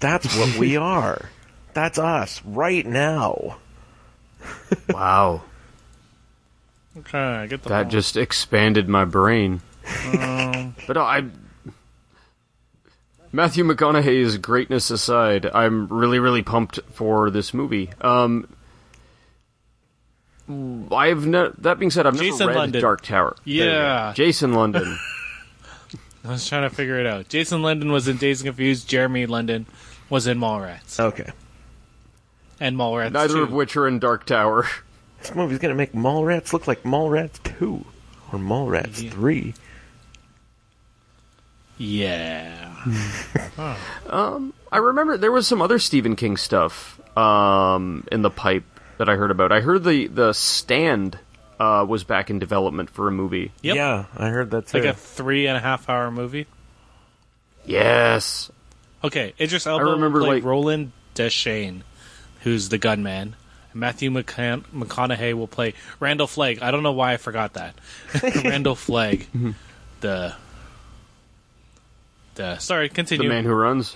Speaker 3: That's what we are. That's us right now.
Speaker 1: Wow.
Speaker 2: okay, I get the
Speaker 1: That
Speaker 2: point.
Speaker 1: just expanded my brain.
Speaker 2: Um.
Speaker 1: but no, I. Matthew McConaughey's greatness aside, I'm really, really pumped for this movie. Um, I've ne- that being said, I've
Speaker 2: Jason
Speaker 1: never read
Speaker 2: London.
Speaker 1: Dark Tower. There you go.
Speaker 2: Yeah.
Speaker 1: Jason London.
Speaker 2: I was trying to figure it out. Jason London was in Days and Confused. Jeremy London was in Mallrats
Speaker 3: Okay.
Speaker 2: and Mallrats.
Speaker 1: Neither
Speaker 2: 2.
Speaker 1: of which are in Dark Tower.
Speaker 3: This movie's gonna make Mallrats look like Mallrats Two or Mallrats
Speaker 2: Yeah.
Speaker 3: Three.
Speaker 2: Yeah.
Speaker 1: I remember there was some other Stephen King stuff um, in the pipe that I heard about. I heard the the Stand uh, was back in development for a movie.
Speaker 2: Yep.
Speaker 3: Yeah, I heard that too.
Speaker 2: Like a three and a half hour movie.
Speaker 1: Yes,
Speaker 2: Okay, Idris Elba
Speaker 1: remember,
Speaker 2: played
Speaker 1: like-
Speaker 2: Roland Deschain, who's the gunman. Matthew McCann- McConaughey will play Randall Flagg. I don't know why I forgot that. Randall Flagg,
Speaker 1: Mm-hmm.
Speaker 2: the the sorry,
Speaker 1: the
Speaker 2: continue.
Speaker 1: man who runs,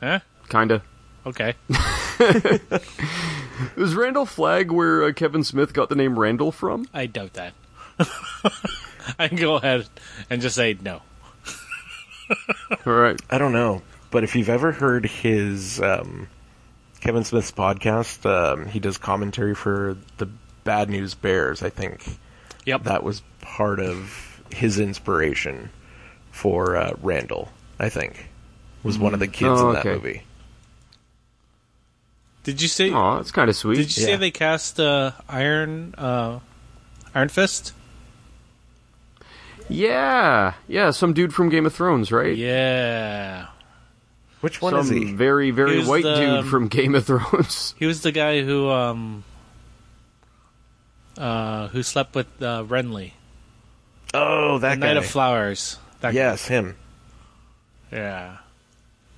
Speaker 2: Huh?
Speaker 1: kinda.
Speaker 2: Okay.
Speaker 1: Is Randall Flagg where uh, Kevin Smith got the name Randall from?
Speaker 2: I doubt that. I can go ahead and just say no.
Speaker 1: All right,
Speaker 3: I don't know, but if you've ever heard his um, Kevin Smith's podcast, um, he does commentary for the Bad News Bears. I think
Speaker 2: Yep.
Speaker 3: that was part of his inspiration for uh, Randall. I think was one of the kids
Speaker 1: Oh,
Speaker 3: in that
Speaker 1: okay.
Speaker 3: movie.
Speaker 2: Did you say
Speaker 1: oh, that's kind of sweet.
Speaker 2: did you say
Speaker 3: Yeah.
Speaker 2: they cast uh, Iron uh, Iron Fist?
Speaker 1: Yeah, yeah, some dude from Game of Thrones, right?
Speaker 2: Yeah.
Speaker 3: Which one
Speaker 1: Some
Speaker 3: is he?
Speaker 1: very, very
Speaker 2: He was
Speaker 1: white
Speaker 2: the,
Speaker 1: dude
Speaker 2: um,
Speaker 1: from Game of Thrones.
Speaker 2: He was the guy who um uh who slept with uh Renly.
Speaker 3: Oh,
Speaker 2: The
Speaker 3: that guy.
Speaker 2: Knight of Flowers. That
Speaker 3: yes, him.
Speaker 2: Yeah.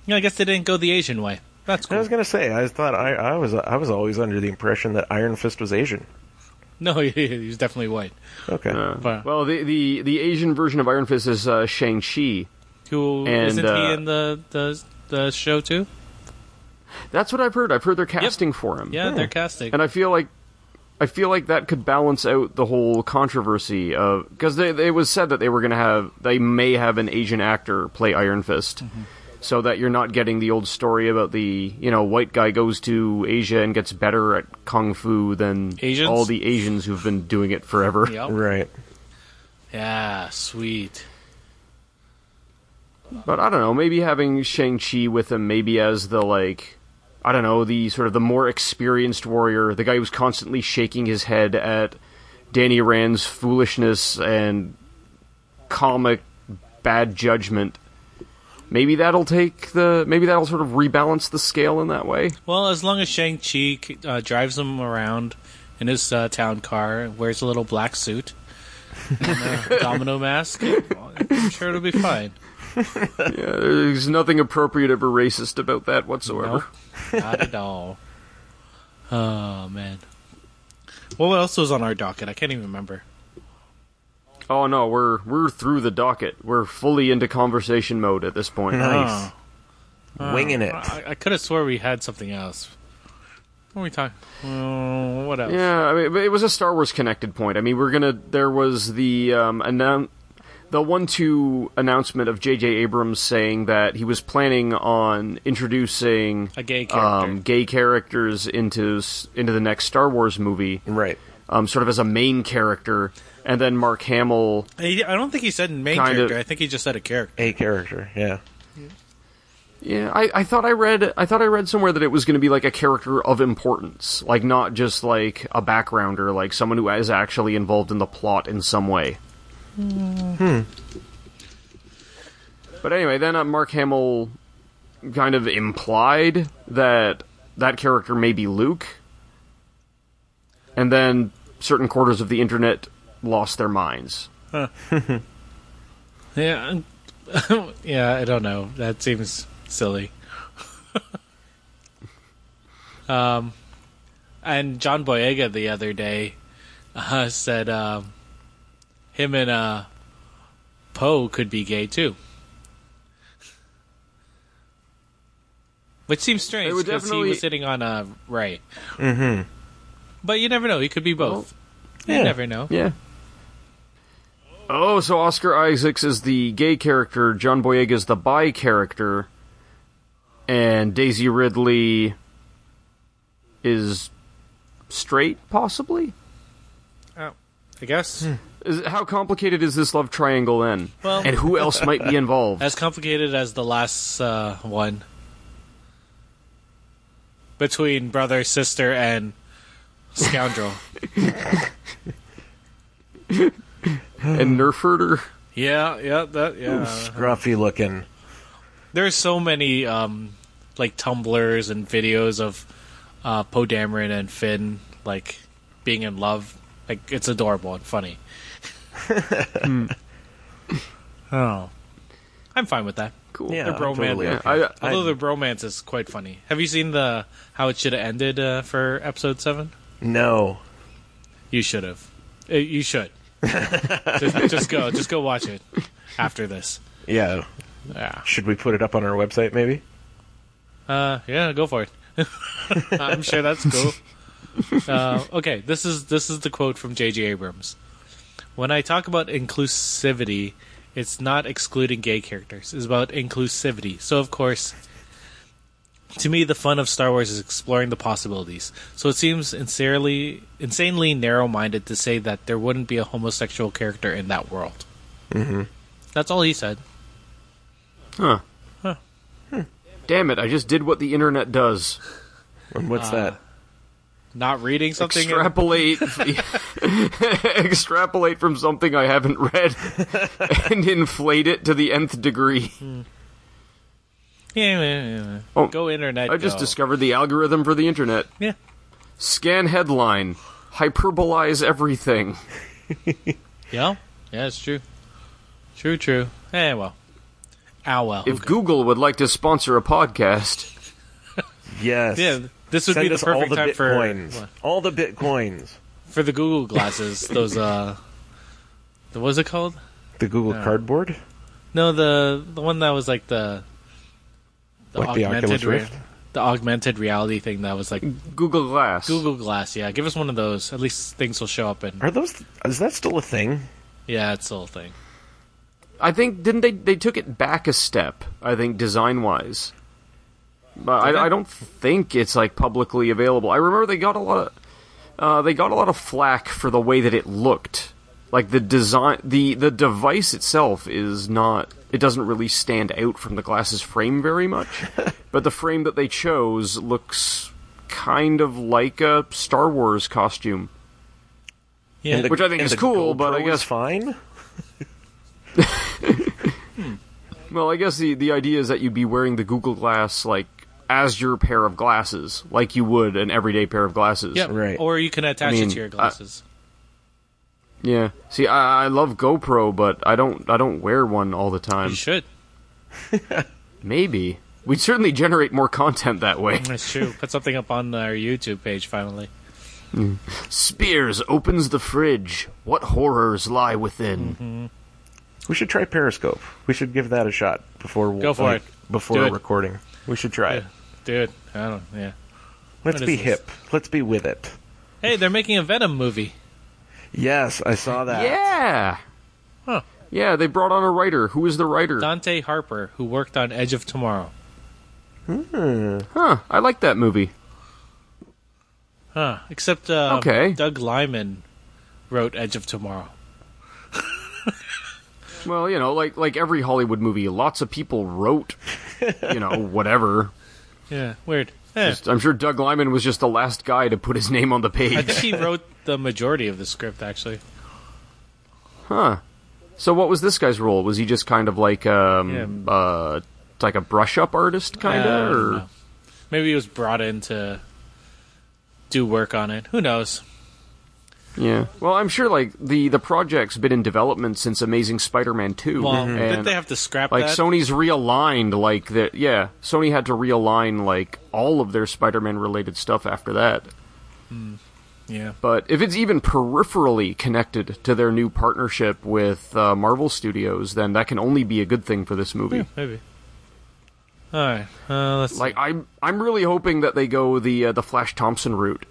Speaker 2: Yeah, I guess they didn't go the Asian way. That's
Speaker 3: I
Speaker 2: cool.
Speaker 3: was gonna say. I thought I, I was I was always under the impression that Iron Fist was Asian.
Speaker 2: No, he, he was definitely white.
Speaker 3: Okay.
Speaker 1: Uh,
Speaker 2: Wow.
Speaker 1: well, the, the the Asian version of Iron Fist is uh, Shang Chi.
Speaker 2: Who
Speaker 1: And,
Speaker 2: not he
Speaker 1: uh,
Speaker 2: in the the the show too?
Speaker 1: That's what I've heard. I've heard they're casting for him.
Speaker 2: Yeah, they're casting.
Speaker 1: and I feel like I feel like that could balance out the whole controversy of because they, they- it was said that they were going to have they may have an Asian actor play Iron Fist, so that you're not getting the old story about the you know white guy goes to Asia and gets better at kung fu than
Speaker 2: Asians?
Speaker 1: all the Asians who've been doing it forever.
Speaker 2: Yep.
Speaker 3: Right.
Speaker 2: Yeah, sweet.
Speaker 1: But I don't know, maybe having Shang Chi with him, maybe as the like. I don't know, the sort of the more experienced warrior, the guy who's constantly shaking his head at Danny Rand's foolishness and comic bad judgment. Maybe that'll take the maybe that'll sort of rebalance the scale in that way.
Speaker 2: Well, as long as Shang Chi uh, drives him around in his uh, town car, wears a little black suit, and a domino mask, I'm sure it'll be fine.
Speaker 1: Yeah, there's nothing appropriative or racist about that whatsoever.
Speaker 2: No, not at all. Oh man. Well, what else was on our docket? I can't even remember.
Speaker 1: Oh no, we're we're through the docket. We're fully into conversation mode at this point.
Speaker 3: Nice.
Speaker 2: Uh,
Speaker 3: Winging it.
Speaker 2: I, I could have swore we had something else. What are we talking? Oh, what else?
Speaker 1: Yeah, I mean, but it was a Star Wars connected point. I mean, we're gonna. There was the um, announce, the one-two announcement of J.J. Abrams saying that he was planning on introducing
Speaker 2: A gay character.
Speaker 1: um, gay characters into s- into the next Star Wars movie,
Speaker 3: Right.
Speaker 1: um, sort of as a main character, and then Mark Hamill.
Speaker 2: I I don't think he said main
Speaker 1: Um, Kind of-
Speaker 2: character. I think he just said a character.
Speaker 3: A character. Yeah.
Speaker 1: Yeah, I, I thought I read I thought I read somewhere that it was going to be like a character of importance, like not just like a backgrounder, like someone who is actually involved in the plot in some way. But anyway, then uh, Mark Hamill kind of implied that that character may be Luke, and then certain quarters of the internet lost their minds.
Speaker 2: Yeah, I'm- yeah, I don't know. That seems silly. um, and John Boyega the other day uh, said um, him and uh, Poe could be gay too, which seems strange
Speaker 1: They were
Speaker 2: because he
Speaker 1: definitely-
Speaker 2: was sitting on a Ray. Mm-hmm. But you never know; he could be both.
Speaker 3: yeah.
Speaker 2: You never know.
Speaker 1: Yeah. Oh, so Oscar Isaacs is the gay character, John Boyega is the bi character, and Daisy Ridley is straight, possibly?
Speaker 2: Oh, I guess.
Speaker 1: Is, how complicated is this love triangle then?
Speaker 2: Well-
Speaker 1: and who else might be involved?
Speaker 2: As complicated as the last uh, one between brother, sister, and scoundrel.
Speaker 1: and Nerfurter?
Speaker 2: yeah, yeah, that yeah.
Speaker 3: Scruffy looking.
Speaker 2: There's so many um, like tumblers and videos of uh, Poe Dameron and Finn like being in love. Like it's adorable and funny. Hmm. oh, I'm fine with that.
Speaker 1: Cool.
Speaker 3: Yeah,
Speaker 2: They're bro
Speaker 3: totally
Speaker 1: Yeah,
Speaker 2: man.
Speaker 3: okay.
Speaker 1: I,
Speaker 2: Although
Speaker 3: I-
Speaker 2: the bromance is quite funny. Have you seen the how it should have ended uh, for episode seven?
Speaker 3: No.
Speaker 2: You should have. Uh, You should. just, just go. Just go watch it after this.
Speaker 3: Yeah.
Speaker 2: Yeah.
Speaker 3: Should we put it up on our website, maybe?
Speaker 2: Uh, yeah. Go for it. I'm sure that's cool. Uh, okay. This is this is the quote from J.J. Abrams. When I talk about inclusivity, it's not excluding gay characters. It's about inclusivity. So of course, to me, the fun of Star Wars is exploring the possibilities. So it seems sincerely, insanely narrow-minded to say that there wouldn't be a homosexual character in that world. Mm-hmm. That's all he said.
Speaker 1: damn it, I just did what the internet does.
Speaker 3: And what's
Speaker 2: Uh,
Speaker 3: that?
Speaker 2: Not reading something. in-
Speaker 1: extrapolate extrapolate from something I haven't read and inflate it to the nth degree.
Speaker 2: Yeah, yeah, yeah, yeah.
Speaker 1: Oh,
Speaker 2: go internet.
Speaker 1: I just
Speaker 2: go.
Speaker 1: discovered the algorithm for the internet.
Speaker 2: Yeah.
Speaker 1: Scan headline, hyperbolize everything.
Speaker 2: Yeah. Yeah, it's true. True, true. Eh, well. Ow, well.
Speaker 1: If Google would like to sponsor a podcast,
Speaker 3: Yes.
Speaker 2: yeah, this would
Speaker 3: Send
Speaker 2: be the
Speaker 3: us
Speaker 2: perfect
Speaker 3: all the
Speaker 2: time
Speaker 3: bitcoins.
Speaker 2: for
Speaker 3: all the bitcoins.
Speaker 2: for the Google glasses. those uh, the, what was it called?
Speaker 3: The Google Cardboard,
Speaker 2: No, the the one that was like the the
Speaker 3: like the Oculus
Speaker 2: rea-
Speaker 3: Rift. Mm.
Speaker 2: the augmented reality thing that was like
Speaker 1: Google Glass.
Speaker 2: Google Glass. Yeah, give us one of those. At least things will show up and
Speaker 3: Are those? Is that still a thing?
Speaker 2: yeah, it's the whole thing.
Speaker 1: I think didn't they they took it back a step, I think design wise. But
Speaker 2: Did they?
Speaker 1: I, I don't think it's like publicly available. I remember they got a lot of uh, they got a lot of flack for the way that it looked. Like the design the the device itself is not it doesn't really stand out from the glasses frame very much. but the frame that they chose looks kind of like a Star Wars costume.
Speaker 2: Yeah,
Speaker 3: And the-
Speaker 1: Which I think
Speaker 3: and
Speaker 1: is
Speaker 3: the
Speaker 1: cool, but I
Speaker 3: GoPro
Speaker 1: guess-
Speaker 3: is fine.
Speaker 1: Well, I guess the, the idea is that you'd be wearing the Google Glass like as your pair of glasses, like you would an everyday pair of glasses.
Speaker 2: yeah,
Speaker 3: right. uh,
Speaker 2: Or you can attach
Speaker 1: mean,
Speaker 2: it to your
Speaker 1: I-
Speaker 2: glasses.
Speaker 1: Yeah. See, I, I love GoPro, but I don't I don't wear one all the time.
Speaker 3: um,
Speaker 2: you should.
Speaker 1: Maybe we'd certainly generate more content that way.
Speaker 2: That's true. Put something up on our YouTube page finally.
Speaker 1: Spears opens the fridge. What horrors lie within?
Speaker 2: Mm-hmm.
Speaker 3: We should try Periscope. We should give that a shot before
Speaker 2: Go for
Speaker 3: like,
Speaker 2: it. Do
Speaker 3: before
Speaker 2: it.
Speaker 3: recording. We should try it.
Speaker 2: Dude, I don't. Yeah.
Speaker 3: Let's
Speaker 2: What
Speaker 3: be
Speaker 2: is this?
Speaker 3: hip. Let's be with it.
Speaker 2: Hey, they're making a Venom movie.
Speaker 3: Yes, I saw that.
Speaker 1: Yeah.
Speaker 2: Huh.
Speaker 1: Yeah, they brought on a writer. Who is the writer?
Speaker 2: Dante Harper, who worked on Edge of Tomorrow.
Speaker 1: Huh. I like that movie.
Speaker 2: Huh. Except uh,
Speaker 1: Okay.
Speaker 2: Doug Lyman wrote Edge of Tomorrow.
Speaker 1: Well, you know, like like every Hollywood movie, lots of people wrote, you know, whatever.
Speaker 2: Yeah. Weird. Eh,
Speaker 1: Just- I'm sure Doug Lyman was just the last guy to put his name on the
Speaker 2: I
Speaker 1: page.
Speaker 2: think he wrote the majority of the script, actually.
Speaker 1: Huh. So what was this guy's role? Was he just kind of like um
Speaker 2: Yeah.
Speaker 1: uh like a brush up artist kind
Speaker 2: Uh, I
Speaker 1: of
Speaker 2: don't
Speaker 1: or
Speaker 2: know. maybe he was brought in to do work on it. Who knows?
Speaker 1: Mm-hmm. yeah. Well, I'm sure like the the project's been in development since Amazing Spider-Man 2
Speaker 2: Well, did
Speaker 1: and
Speaker 2: they have to scrap
Speaker 1: like
Speaker 2: that?
Speaker 1: Sony's realigned like that yeah, Sony had to realign like all of their Spider-Man related stuff after that.
Speaker 2: yeah,
Speaker 1: But if it's even peripherally connected to their new partnership with uh, Marvel Studios, then that can only be a good thing for this movie.
Speaker 2: Yeah, maybe. All right, uh, let's
Speaker 1: Like I'm, I'm really hoping that they go the uh, the Flash Thompson route.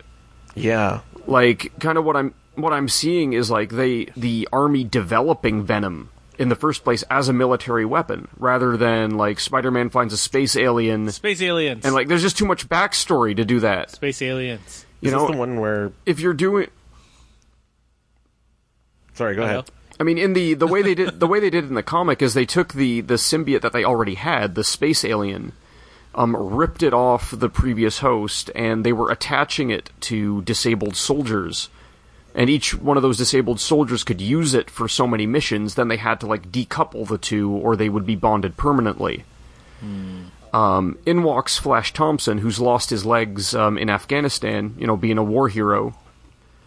Speaker 3: Yeah.
Speaker 1: Like kind of what I'm what I'm seeing is like they the army developing Venom in the first place as a military weapon, rather than like Spider-Man finds a space alien
Speaker 2: space aliens
Speaker 1: and like there's just too much backstory to do that.
Speaker 2: space aliens.
Speaker 1: You
Speaker 3: Is
Speaker 1: know,
Speaker 3: this the one where?
Speaker 1: if you're doing
Speaker 3: Sorry, go ahead.
Speaker 1: I mean, in the the way they did the way they did it in the comic is they took the the symbiote that they already had, the space alien, um, ripped it off the previous host, and they were attaching it to disabled soldiers. And each one of those disabled soldiers could use it for so many missions. Then they had to like decouple the two, or they would be bonded permanently. Um, in walks Flash Thompson, who's lost his legs um, in Afghanistan. You know, being a war hero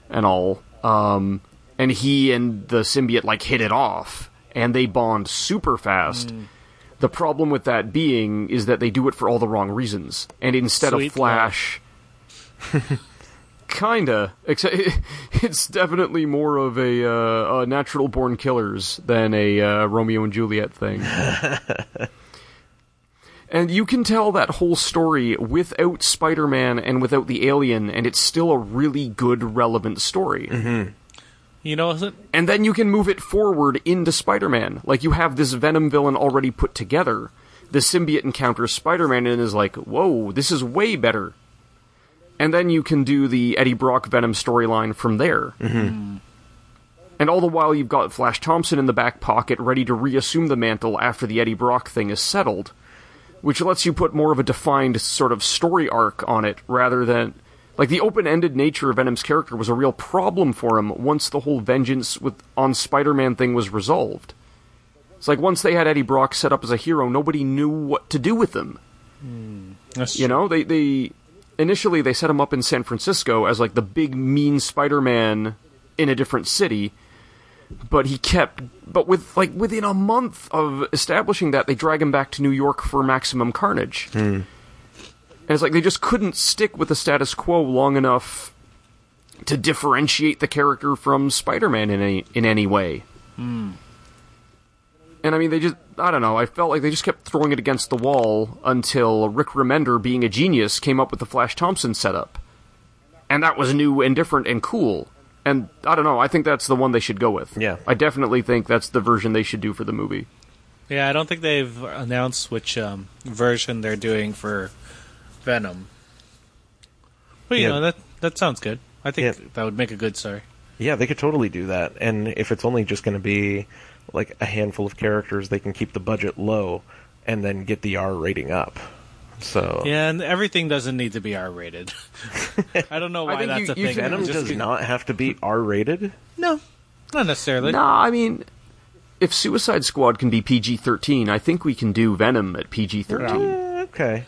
Speaker 1: and all. Um, and he and the symbiote like hit it off, and they bond super fast. The problem with that being is that they do it for all the wrong reasons, and instead
Speaker 2: Sweet
Speaker 1: of Flash, kinda. Except it's definitely more of a, uh, a natural born killers than a uh, Romeo and Juliet thing. And you can tell that whole story without Spider Man and without the alien, and it's still a really good, relevant story.
Speaker 2: You know, is it-
Speaker 1: And then you can move it forward into Spider Man. Like, you have this Venom villain already put together. The symbiote encounters Spider Man and is like, whoa, this is way better. And then you can do the Eddie Brock Venom storyline from there. Mm-hmm. And all the while, you've got Flash Thompson in the back pocket, ready to reassume the mantle after the Eddie Brock thing is settled, which lets you put more of a defined sort of story arc on it rather than. Like, the open ended nature of Venom's character was a real problem for him once the whole vengeance with, on Spider Man thing was resolved. It's like once they had Eddie Brock set up as a hero, nobody knew what to do with him.
Speaker 2: that's
Speaker 1: You know, they they initially they set him up in San Francisco as like the big mean Spider-Man in a different city, but he kept but with like within a month of establishing that they drag him back to New York for maximum carnage. And it's like they just couldn't stick with the status quo long enough to differentiate the character from Spider-Man in any in any way. And I mean, they just, I don't know, I felt like they just kept throwing it against the wall until Rick Remender, being a genius, came up with the Flash Thompson setup. And that was new and different and cool. And I don't know, I think that's the one they should go with.
Speaker 3: Yeah.
Speaker 1: I definitely think that's the version they should do for the movie.
Speaker 2: Yeah, I don't think they've announced which um, version they're doing for Venom. But you
Speaker 3: Yeah.
Speaker 2: know that that sounds good. I think
Speaker 3: Yeah.
Speaker 2: that would make a good story.
Speaker 3: Yeah, they could totally do that. And if it's only just going to be like a handful of characters, they can keep the budget low and then get the R rating up. So
Speaker 2: Yeah, and everything doesn't need to be R rated. I don't know
Speaker 1: I
Speaker 2: why
Speaker 1: think
Speaker 2: that's
Speaker 1: you- you
Speaker 2: a thing.
Speaker 1: can-
Speaker 3: Venom
Speaker 2: Just
Speaker 3: does
Speaker 2: be-
Speaker 3: not have to be R rated.
Speaker 2: No, not necessarily.
Speaker 1: No, I mean, if Suicide Squad can be PG 13, I think we can do Venom at PG 13.
Speaker 3: Eh, Okay,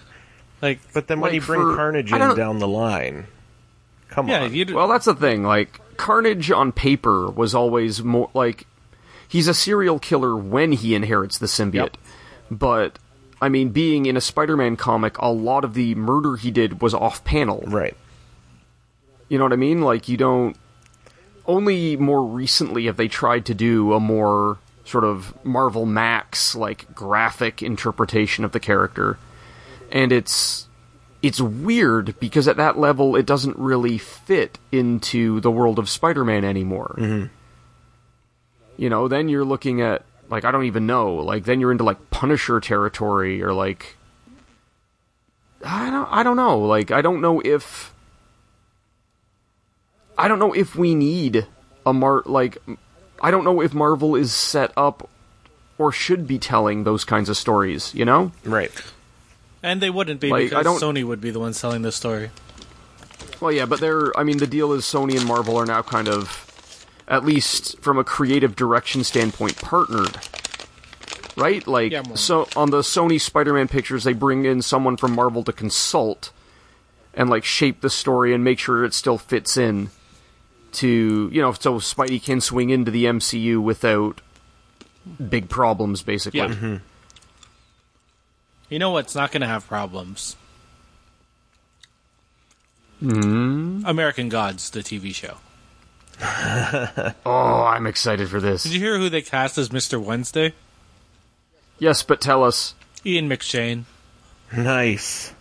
Speaker 2: Like,
Speaker 3: but then when
Speaker 1: Like
Speaker 3: you bring
Speaker 1: for-
Speaker 3: Carnage
Speaker 1: I
Speaker 3: in
Speaker 1: don't-
Speaker 3: down the line, come
Speaker 2: yeah,
Speaker 3: on.
Speaker 2: you
Speaker 1: Well, that's the thing. Like Carnage on paper was always more like he's a serial killer when he inherits the symbiote.
Speaker 2: Yep.
Speaker 1: But I mean, being in a Spider-Man comic, a lot of the murder he did was off-panel.
Speaker 3: right.
Speaker 1: You know what I mean? Like you don't. Only more recently have they tried to do a more sort of Marvel Max like graphic interpretation of the character, and it's it's weird because at that level it doesn't really fit into the world of Spider-Man anymore. You know, then you're looking at like I don't even know, like then you're into like Punisher territory or like I don't I don't know, like I don't know if I don't know if we need a mar like I don't know if Marvel is set up or should be telling those kinds of stories, you know?
Speaker 3: Right.
Speaker 2: and they wouldn't be
Speaker 1: Like, I
Speaker 2: because
Speaker 1: don't-
Speaker 2: Sony would be the one selling the story.
Speaker 1: Well, yeah, but they're I mean the deal is Sony and Marvel are now kind of at least from a creative direction standpoint, partnered. Right? Like,
Speaker 2: Yeah, more or
Speaker 1: so on the Sony Spider Man pictures, they bring in someone from Marvel to consult and, like, shape the story and make sure it still fits in to, you know, so Spidey can swing into the MCU without big problems, basically.
Speaker 2: Yeah. You know what's not going to have problems?
Speaker 3: Mm-hmm.
Speaker 2: American Gods, the TV show.
Speaker 1: Oh, I'm excited for this.
Speaker 2: Did you hear who they cast as Mr. Wednesday?
Speaker 1: yes, but tell us.
Speaker 2: Ian McShane.
Speaker 3: Nice.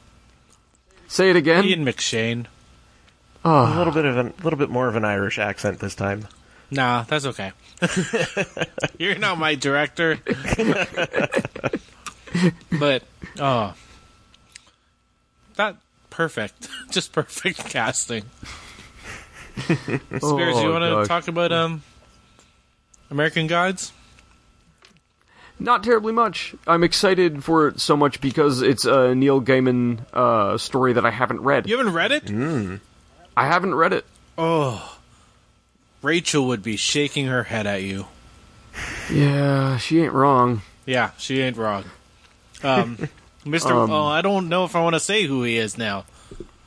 Speaker 1: Say it again.
Speaker 2: Ian McShane.
Speaker 3: A little bit of a little bit more of an Irish accent this time.
Speaker 2: Nah, that's okay. You're not my director. but oh, that perfect, just perfect casting. Spears, you
Speaker 1: Oh,
Speaker 2: want to
Speaker 1: God.
Speaker 2: talk about um American Gods?
Speaker 1: Not terribly much. I'm excited for it so much because it's a Neil Gaiman uh, story that I haven't read.
Speaker 2: You haven't read it?
Speaker 1: I haven't read it.
Speaker 2: Oh, Rachel would be shaking her head at you.
Speaker 1: Yeah, she ain't wrong.
Speaker 2: Yeah, she ain't wrong. Um, Mr. oh, I don't know if I want to say who he is now.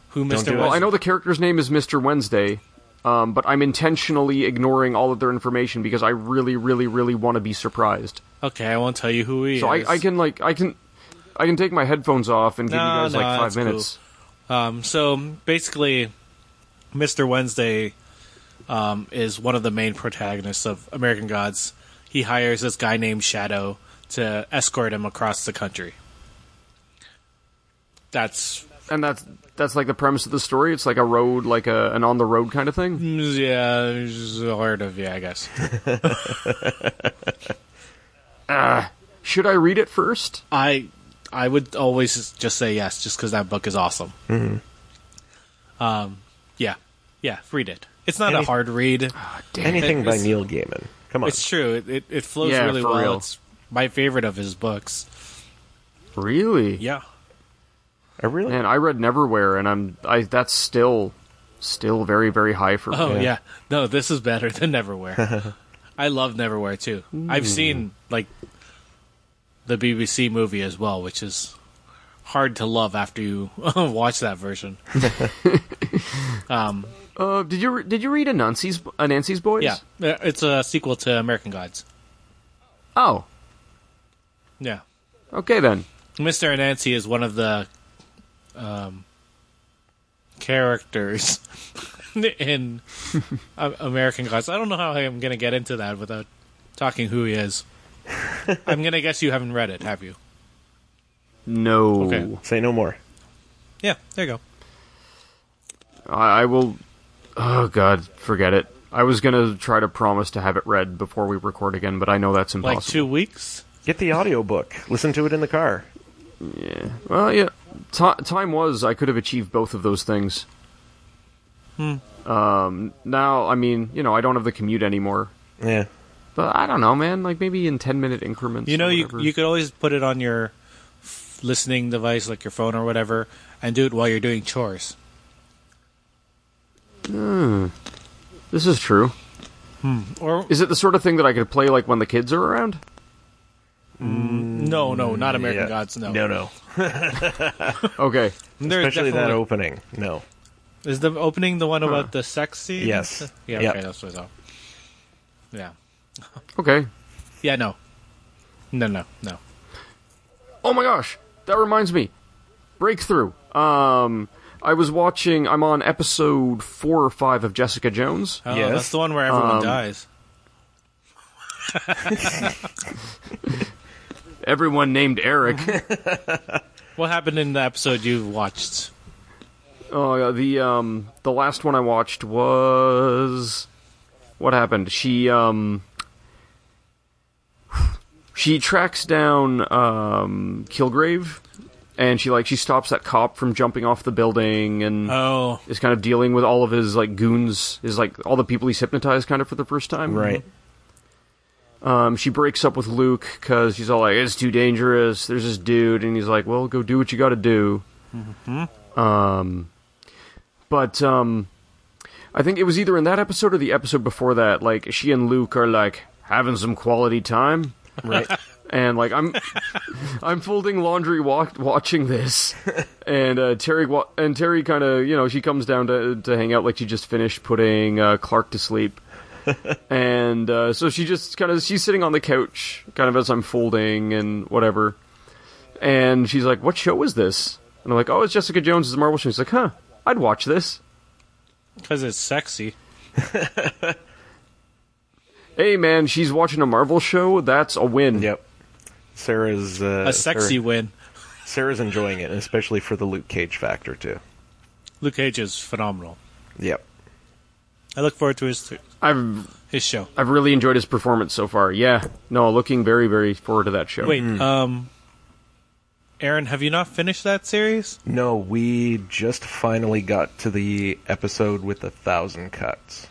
Speaker 2: Who
Speaker 3: do
Speaker 2: Mr.
Speaker 3: it.
Speaker 1: Well, I
Speaker 2: was?
Speaker 1: know the character's name is Mr. Wednesday, um, but I'm intentionally ignoring all of their information because I really, really, really want to be surprised.
Speaker 2: Okay, I won't tell you who he
Speaker 1: So
Speaker 2: is.
Speaker 1: I, I can like I can I can take my headphones off and give
Speaker 2: No,
Speaker 1: you guys
Speaker 2: no,
Speaker 1: like
Speaker 2: that's
Speaker 1: five
Speaker 2: cool.
Speaker 1: minutes.
Speaker 2: Um, so basically, Mr. Wednesday um, is one of the main protagonists of American Gods. He hires this guy named Shadow to escort him across the country. That's
Speaker 1: And that's that's like the premise of the story. It's like a road, like a an on the road kind of thing.
Speaker 2: yeah, sort of yeah, I guess.
Speaker 1: Should I read it first?
Speaker 2: I I would always just say yes, just because that book is awesome. Um, yeah, yeah, read it. It's not a
Speaker 3: Any-
Speaker 2: hard read.
Speaker 1: Ah,
Speaker 3: Anything by
Speaker 2: It's-
Speaker 3: Neil Gaiman. Come on.
Speaker 2: It's true. It it, it flows
Speaker 1: Yeah,
Speaker 2: really
Speaker 1: for
Speaker 2: well.
Speaker 1: real.
Speaker 2: It's my favorite of his books.
Speaker 1: Really?
Speaker 2: Yeah.
Speaker 3: I really
Speaker 1: Man, I read Neverwhere, and I'm I that's still still very very high for me.
Speaker 2: Oh yeah. No, this is better than Neverwhere. I love Neverwhere too. I've seen like the BBC movie as well, which is hard to love after you watch that version. Um,
Speaker 1: Uh, did you re- did you read Anansi's Anansi's Boys?
Speaker 2: Yeah, Uh, it's a sequel to American Gods.
Speaker 1: Oh,
Speaker 2: Yeah,
Speaker 1: okay then.
Speaker 2: Mr. Anansi is one of the um, characters in A- American Gods. I don't know how I'm going to get into that without talking who he is. I'm going to guess you haven't read it, have you?
Speaker 1: No,
Speaker 2: Okay.
Speaker 3: say no more.
Speaker 2: Yeah, there you go.
Speaker 1: I, I will. Oh God, forget it. I was gonna try to promise to have it read before we record again, but I know that's
Speaker 2: Like
Speaker 1: impossible.
Speaker 2: two weeks?
Speaker 3: Get the audiobook. Listen to it in the car.
Speaker 1: Well, yeah. Ti time was. I could have achieved both of those things.
Speaker 2: Hmm.
Speaker 1: Um. Now, I mean, you know, I don't have the commute anymore.
Speaker 3: Yeah.
Speaker 1: But I don't know, man. Like maybe in ten minute increments.
Speaker 2: You know,
Speaker 1: or
Speaker 2: you
Speaker 1: whatever.
Speaker 2: you could always put it on your f- listening device, like your phone or whatever, and do it while you're doing chores.
Speaker 1: This is true.
Speaker 2: Or
Speaker 1: Is it the sort of thing that I could play like when the kids are around?
Speaker 2: no, no, not American
Speaker 3: Yeah.
Speaker 2: Gods. No,
Speaker 3: No, no.
Speaker 1: Okay.
Speaker 2: There's
Speaker 3: Especially that
Speaker 2: definitely-
Speaker 3: opening. No.
Speaker 2: Is the opening the one about the sex scene?
Speaker 3: Yes.
Speaker 2: Yeah.
Speaker 3: Yep.
Speaker 2: Okay, that's what I thought. Yeah.
Speaker 1: Okay.
Speaker 2: Yeah. No. No. No. No.
Speaker 1: Oh my gosh, that reminds me. Breakthrough. Um, I was watching. I'm on episode four or five of Jessica Jones.
Speaker 2: Oh,
Speaker 3: Yes. Um,
Speaker 2: That's the one where everyone dies.
Speaker 1: Everyone named Eric.
Speaker 2: What happened in the episode you watched?
Speaker 1: Oh yeah, the um the last one I watched was what happened? She um she tracks down um Kilgrave and she like she stops that cop from jumping off the building and
Speaker 2: Oh,
Speaker 1: is kind of dealing with all of his like goons, is like all the people he's hypnotized kind of for the first time.
Speaker 2: Mm-hmm.
Speaker 3: Right.
Speaker 1: Um, she breaks up with Luke because she's all like, "It's too dangerous." There's this dude, and he's like, "Well, go do what you got to do." Um, but um, I think it was either in that episode or the episode before that. Like she and Luke are like having some quality time,
Speaker 3: Right.
Speaker 1: and like I'm, I'm folding laundry wa- watching this, and uh, Terry wa- and Terry kind of you know she comes down to to hang out like she just finished putting uh, Clark to sleep, and uh, so she just kind of she's sitting on the couch kind of as I'm folding and whatever, and she's like, "What show is this?" And I'm like, "Oh, it's Jessica Jones' Marvel show." She's like, "Huh, I'd watch this."
Speaker 2: because it's sexy.
Speaker 1: Hey man, she's watching a Marvel show. That's a win.
Speaker 3: Yep. Sarah's uh,
Speaker 2: A sexy
Speaker 3: Sarah-
Speaker 2: win.
Speaker 3: Sarah's enjoying it, especially for the Luke Cage factor too.
Speaker 2: Luke Cage is phenomenal.
Speaker 3: Yep.
Speaker 2: I look forward to his
Speaker 1: I've
Speaker 2: his show.
Speaker 1: I've really enjoyed his performance so far. Yeah, no, looking very very forward to that show.
Speaker 2: Wait,
Speaker 3: Mm-hmm.
Speaker 2: um, Aaron, have you not finished that series?
Speaker 3: No, we just finally got to the episode with a thousand cuts.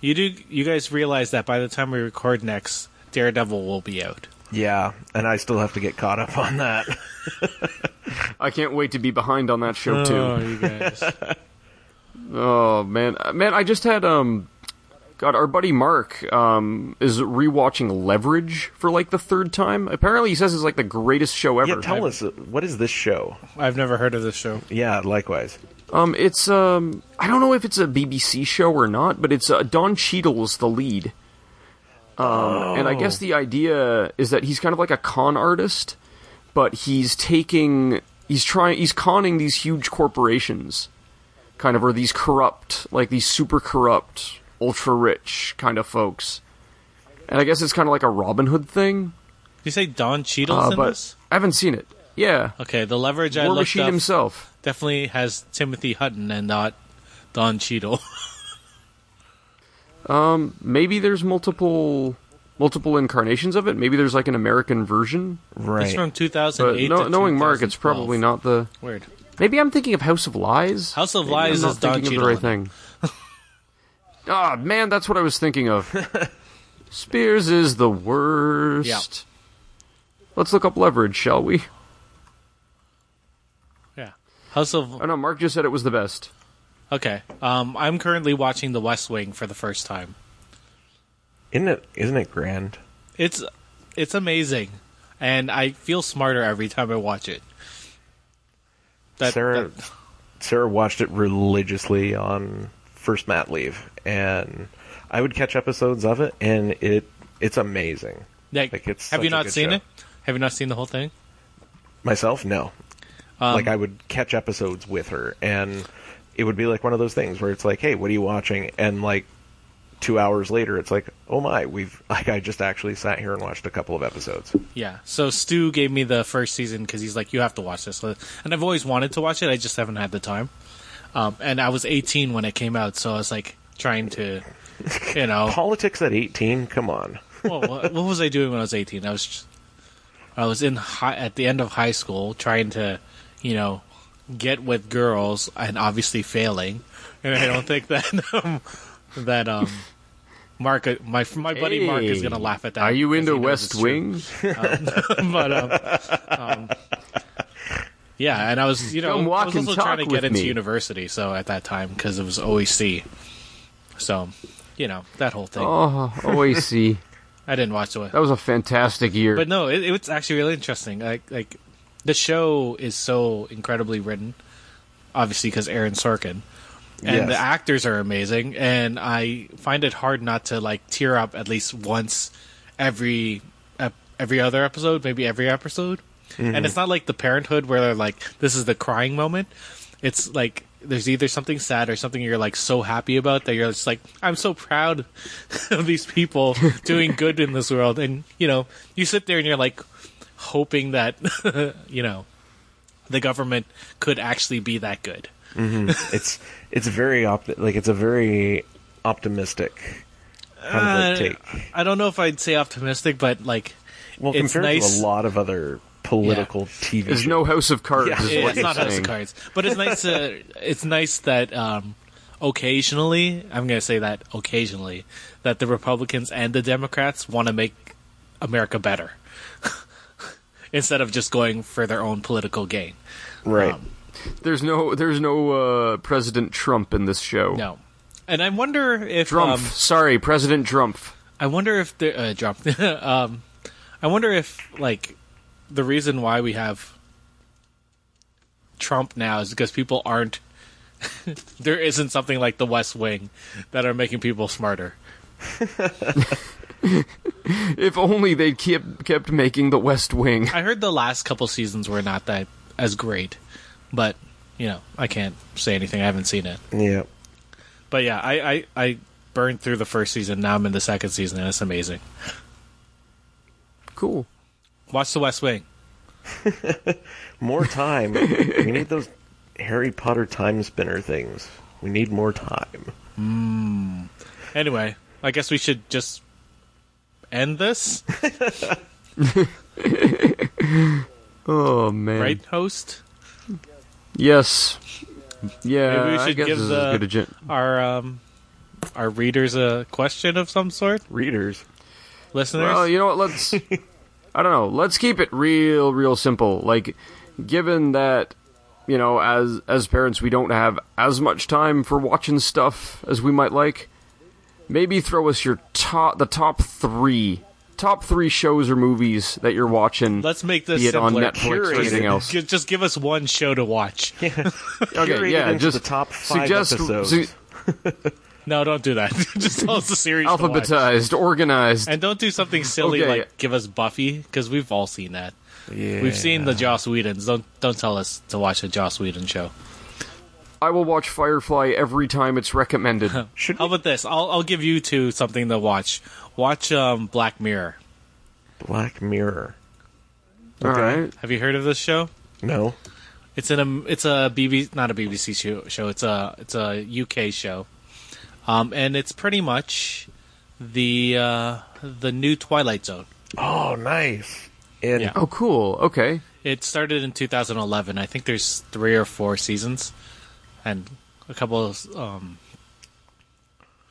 Speaker 2: You do. You guys realize that by the time we record next, Daredevil will be out.
Speaker 3: Yeah, and I still have to get caught up on that.
Speaker 1: I can't wait to be behind on that show too.
Speaker 2: you guys!
Speaker 1: Oh man, Uh, man, I just had um, God, our buddy Mark um is rewatching Leverage for like the third time. Apparently, he says it's like the greatest show ever.
Speaker 3: yeah, tell us uh, what is this show?
Speaker 2: I've never heard of this show.
Speaker 3: Yeah, likewise.
Speaker 1: Um, it's um, I don't know if it's a BBC show or not, but it's uh, Don Cheadle's the lead. Um, and I
Speaker 2: Oh.
Speaker 1: guess the idea is that he's kind of like a con artist, but he's taking, he's trying, he's conning these huge corporations, kind of, or these corrupt, like these super corrupt, ultra rich kind of folks. And I guess it's kind of like a Robin Hood thing,
Speaker 2: You say Don Cheadle's
Speaker 1: uh,
Speaker 2: in
Speaker 1: but
Speaker 2: this?
Speaker 1: I haven't seen it. Yeah,
Speaker 2: Okay, the leverage I
Speaker 1: War
Speaker 2: looked
Speaker 1: Machine
Speaker 2: up
Speaker 1: himself.
Speaker 2: definitely has Timothy Hutton and not Don Cheadle.
Speaker 1: maybe there's multiple multiple incarnations of it. Maybe there's like an American version.
Speaker 3: Right.
Speaker 2: It's from
Speaker 1: But
Speaker 2: 2008.
Speaker 1: no,
Speaker 2: to
Speaker 1: knowing Mark, it's
Speaker 2: 2012.
Speaker 1: probably not the.
Speaker 2: Weird.
Speaker 1: Maybe I'm thinking of House of Lies.
Speaker 2: House of
Speaker 1: Maybe
Speaker 2: Lies
Speaker 1: I'm not
Speaker 2: is Don
Speaker 1: thinking
Speaker 2: Cheadle.
Speaker 1: of the right thing. Ah man, that's what I was thinking of. Spears is the worst. Let's look up leverage, shall we?
Speaker 2: Yeah. House of
Speaker 1: Oh no, Mark just said it was the best.
Speaker 2: Okay. Um, I'm currently watching The West Wing for the first time.
Speaker 3: Isn't it? Isn't it grand?
Speaker 2: It's it's amazing, and I feel smarter every time I watch it. That,
Speaker 3: Sarah
Speaker 2: that-
Speaker 3: Sarah watched it religiously on first mat leave, and I would catch episodes of it, and it it's amazing.
Speaker 2: like,
Speaker 3: like, it's
Speaker 2: have you
Speaker 3: such a
Speaker 2: not
Speaker 3: good
Speaker 2: seen
Speaker 3: show.
Speaker 2: it? Have you not seen the whole thing?
Speaker 3: Myself, no.
Speaker 2: Um,
Speaker 3: like I would catch episodes with her, and it would be like one of those things where it's like, "Hey, what are you watching?" And like two hours later, it's like, "Oh my, we've like I just actually sat here and watched a couple of episodes."
Speaker 2: Yeah. So Stu gave me the first season because he's like, you have to watch this, and I've always wanted to watch it. I just haven't had the time. Um, and I was 18 when it came out, so I was like trying to, you know,
Speaker 3: Politics at eighteen, come on.
Speaker 2: well, what, what was I doing when I was 18? I was just- I was in high, at the end of high school trying to, you know, get with girls and obviously failing. And I don't think that um, that um Mark uh, my my buddy Mark is going to laugh at that.
Speaker 1: Are you
Speaker 2: because
Speaker 1: into
Speaker 2: he knows
Speaker 1: West
Speaker 2: it's true.
Speaker 1: Wing?
Speaker 2: but um, um, yeah, and I was, you know,
Speaker 1: Come
Speaker 2: I
Speaker 1: walk
Speaker 2: was
Speaker 1: and
Speaker 2: also
Speaker 1: talk
Speaker 2: trying to
Speaker 1: with
Speaker 2: get into
Speaker 1: me.
Speaker 2: university so at that time cuz it was OEC. So, you know, that whole thing.
Speaker 1: Oh, OAC.
Speaker 2: I didn't watch the
Speaker 1: that was a fantastic year.
Speaker 2: but no, it, it was actually really interesting. Like, like the show is so incredibly written, obviously because Aaron Sorkin, and
Speaker 3: Yes.
Speaker 2: the actors are amazing. And I find it hard not to like tear up at least once every ep- every other episode, maybe every episode. And it's not like the Parenthood where they're like, "This is the crying moment." It's like there's either something sad or something you're like so happy about that you're just like, "I'm so proud of these people doing good in this world." And you know, you sit there and you're like hoping that you know the government could actually be that good.
Speaker 3: it's it's very opti- like it's a very optimistic kind
Speaker 2: Uh,
Speaker 3: of like take.
Speaker 2: I don't know if I'd say optimistic, but like
Speaker 3: Well,
Speaker 2: it's
Speaker 3: compared
Speaker 2: nice- Um,
Speaker 3: to a lot of other political TV
Speaker 1: There's
Speaker 3: shows.
Speaker 1: no House of Cards.
Speaker 3: Yeah.
Speaker 1: is
Speaker 2: it-
Speaker 1: what
Speaker 2: it's
Speaker 1: you're
Speaker 2: not house
Speaker 1: saying.
Speaker 2: of cards. But it's nice to it's nice that um, occasionally I'm going to say that occasionally that the Republicans and the Democrats want to make America better instead of just going for their own political gain.
Speaker 3: right.
Speaker 2: um,
Speaker 1: There's no, there's no uh, President Trump in this show.
Speaker 2: No. And I wonder if
Speaker 1: Drumpf.
Speaker 2: um,
Speaker 1: Sorry, President Drumpf.
Speaker 2: I wonder if the uh, drop. um, I wonder if like the reason why we have Trump now is because people aren't. there isn't something like the West Wing that are making people smarter.
Speaker 1: If only they kept kept making The West Wing.
Speaker 2: I heard the last couple seasons were not that as great, but you know I can't say anything. I haven't seen it,
Speaker 3: Yeah.
Speaker 2: but yeah, I I, I burned through the first season. Now I'm in the second season, and it's amazing.
Speaker 1: Cool.
Speaker 2: Watch the West Wing.
Speaker 3: More time. we need those Harry Potter time spinner things. We need more time.
Speaker 2: Anyway, I guess we should just end this,
Speaker 1: Oh man.
Speaker 2: right, host?
Speaker 1: Yes. Yeah.
Speaker 2: Maybe we
Speaker 1: I
Speaker 2: should
Speaker 1: guess
Speaker 2: give
Speaker 1: this is
Speaker 2: the-
Speaker 1: as good a gen-
Speaker 2: our um our readers a question of some sort
Speaker 3: Readers.
Speaker 2: listeners
Speaker 1: Well, you know what? Let's. I don't know. Let's keep it real, real simple. Like, given that, you know, as as parents, we don't have as much time for watching stuff as we might like. Maybe throw us your top, the top three, top three shows or movies that you're watching.
Speaker 2: let's make this
Speaker 1: be it on
Speaker 2: simpler
Speaker 1: Netflix or
Speaker 3: Curated.
Speaker 1: anything else.
Speaker 2: Gi- just give us one show to watch
Speaker 1: Okay,
Speaker 3: Curated
Speaker 1: yeah,
Speaker 3: into
Speaker 1: just
Speaker 3: the top five
Speaker 1: suggest-
Speaker 3: episodes.
Speaker 1: su-
Speaker 2: no don't do that just tell us the series to watch.
Speaker 1: alphabetized, organized.
Speaker 2: and don't do something silly
Speaker 1: uh, Okay.
Speaker 2: like give us buffy because we've all seen that
Speaker 3: yeah.
Speaker 2: we've seen the joss whedons don't don't tell us to watch the joss whedon show
Speaker 1: I will watch Firefly every time it's recommended.
Speaker 3: Should
Speaker 2: how
Speaker 3: we
Speaker 2: about this i'll, I'll give you two something to watch watch um, black mirror
Speaker 3: Black Mirror?
Speaker 1: All right.
Speaker 2: have you heard of this show
Speaker 3: No.
Speaker 2: It's in a it's a BBC not a BBC show, show it's a it's a UK show, um, and it's pretty much the uh, the new Twilight Zone.
Speaker 3: Oh, nice. And
Speaker 2: Yeah.
Speaker 1: Oh, cool. Okay.
Speaker 2: It started in 2011. I think there's three or four seasons, and a couple of um,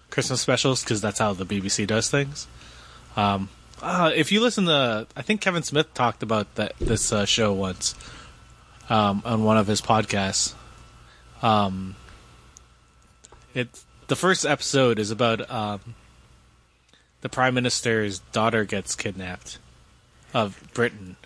Speaker 2: Christmas specials because that's how the BBC does things. Um, uh, if you listen to, I think Kevin Smith talked about that this uh, show once um, on one of his podcasts. Um, it the first episode is about um, the prime minister's daughter gets kidnapped of Britain.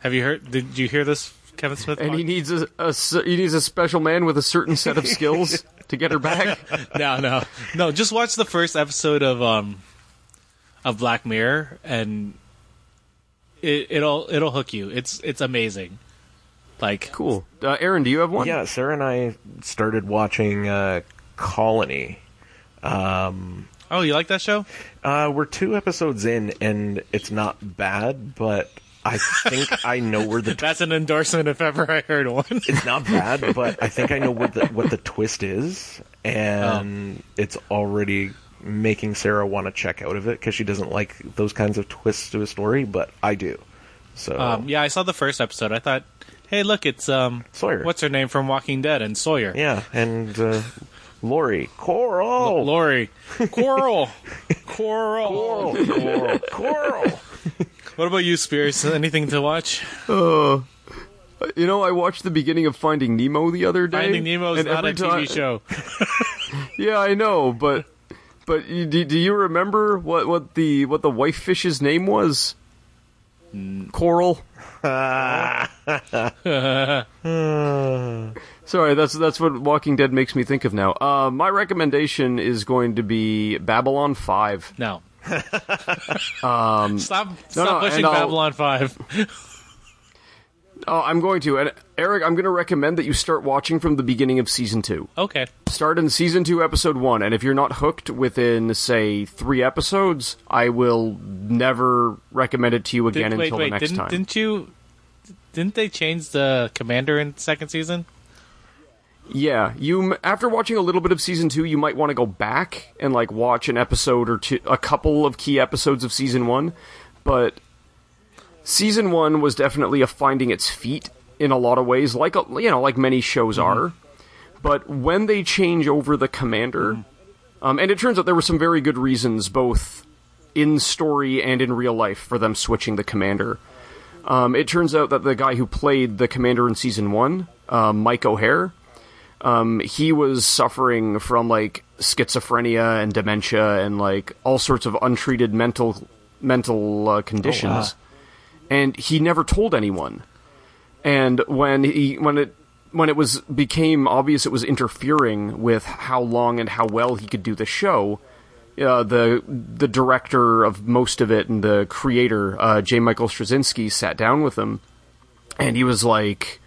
Speaker 2: Have you heard? Did you hear this, Kevin Smith?
Speaker 1: And
Speaker 2: pod-
Speaker 1: he needs a, a s- he needs a special man with a certain set of skills to get her back.
Speaker 2: no, no, no. Just watch the first episode of um of Black Mirror, and it, it'll it'll hook you. It's it's amazing. Like
Speaker 1: Cool. Uh, Aaron, do you have one?
Speaker 3: Yeah, Sarah and I started watching uh, Colony.
Speaker 2: oh, you like that show?
Speaker 3: Uh, we're two episodes in, and it's not bad, but I think I know where the
Speaker 2: That's an endorsement if ever I heard one.
Speaker 3: it's not bad, but I think I know what the what the twist is,
Speaker 2: Oh.
Speaker 3: and it's already making Sarah want to check out of it because she doesn't like those kinds of twists to a story, but I do. So
Speaker 2: um, yeah, I saw the first episode. I thought, hey, look, it's um
Speaker 3: Sawyer.
Speaker 2: What's her name from Walking Dead and Sawyer?
Speaker 3: yeah, and uh, Lori Coral,
Speaker 2: Lori, Coral, Coral.
Speaker 3: Coral, Coral, Coral.
Speaker 2: What about you, Spears? Anything to watch?
Speaker 1: Uh, You know, I watched the beginning of Finding Nemo the other day.
Speaker 2: Finding Nemo is
Speaker 1: and
Speaker 2: not a
Speaker 1: every
Speaker 2: TV
Speaker 1: ti-
Speaker 2: show.
Speaker 1: Yeah, I know, but but you, do, do you remember what what the what the white fish's name was? Coral. Sorry, that's that's what Walking Dead makes me think of now. Uh, my recommendation is going to be Babylon Five.
Speaker 2: No. stop
Speaker 1: Um, no,
Speaker 2: stop
Speaker 1: and
Speaker 2: pushing
Speaker 1: I'll-
Speaker 2: Babylon Five.
Speaker 1: Oh, I'm going to, and Eric, I'm going to recommend that you start watching from the beginning of season two.
Speaker 2: Okay.
Speaker 1: Start in season two, episode one, and if you're not hooked within, say, three episodes, I will never recommend it to you
Speaker 2: Did-
Speaker 1: again
Speaker 2: wait,
Speaker 1: until
Speaker 2: wait.
Speaker 1: the next
Speaker 2: didn't
Speaker 1: time.
Speaker 2: didn't you? Didn't they change the commander in second season?
Speaker 1: Yeah, you m- after watching a little bit of season two, you might want to go back and like watch an episode or two, a couple of key episodes of season one. But season one was definitely a finding its feet in a lot of ways, like a, you know, like many shows are. But when they change over the commander, um, and it turns out there were some very good reasons, both in story and in real life, for them switching the commander. Um, it turns out that the guy who played the commander in season one, uh, Mike O'Hare, um, he was suffering from like schizophrenia and dementia and like all sorts of untreated mental mental uh, conditions, and he never told anyone. And when he when it when it was became obvious it was interfering with how long and how well he could do the show, uh, the the director of most of it and the creator uh, J. Michael Straczynski sat down with him, and he was like,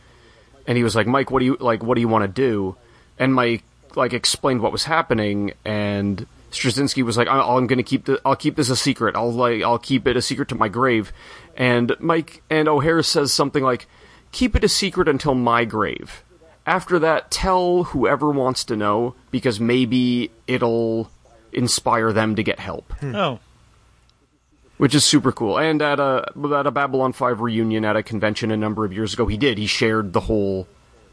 Speaker 1: and he was like, Mike, what do you like? What do you want to do? And Mike like explained what was happening, and Straczynski was like, I- I'm going to keep the I'll keep this a secret. I'll like I'll keep it a secret to my grave. And Mike and O'Hare says something like, keep it a secret until my grave. After that, tell whoever wants to know because maybe it'll inspire them to get help
Speaker 2: Oh,
Speaker 1: which is super cool. And at a at a Babylon Five reunion at a convention a number of years ago, he did. He shared the whole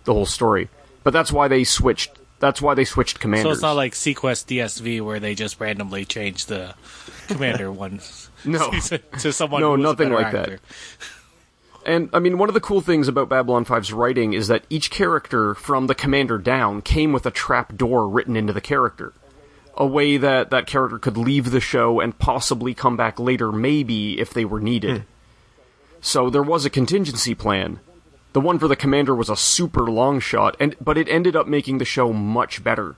Speaker 1: the whole story. But that's why they switched. That's why they switched
Speaker 2: so
Speaker 1: commanders.
Speaker 2: it's not like Sequest DSV where they just randomly change the commander one
Speaker 1: no.
Speaker 2: season to someone.
Speaker 1: No,
Speaker 2: who was a
Speaker 1: nothing
Speaker 2: better
Speaker 1: like that.
Speaker 2: actor.
Speaker 1: And I mean, one of the cool things about Babylon 5's writing is that each character from the commander down came with a trap door written into the character. A way that that character could leave the show and possibly come back later, maybe, if they were needed. So there was a contingency plan. The one for the commander was a super long shot, and but it ended up making the show much better.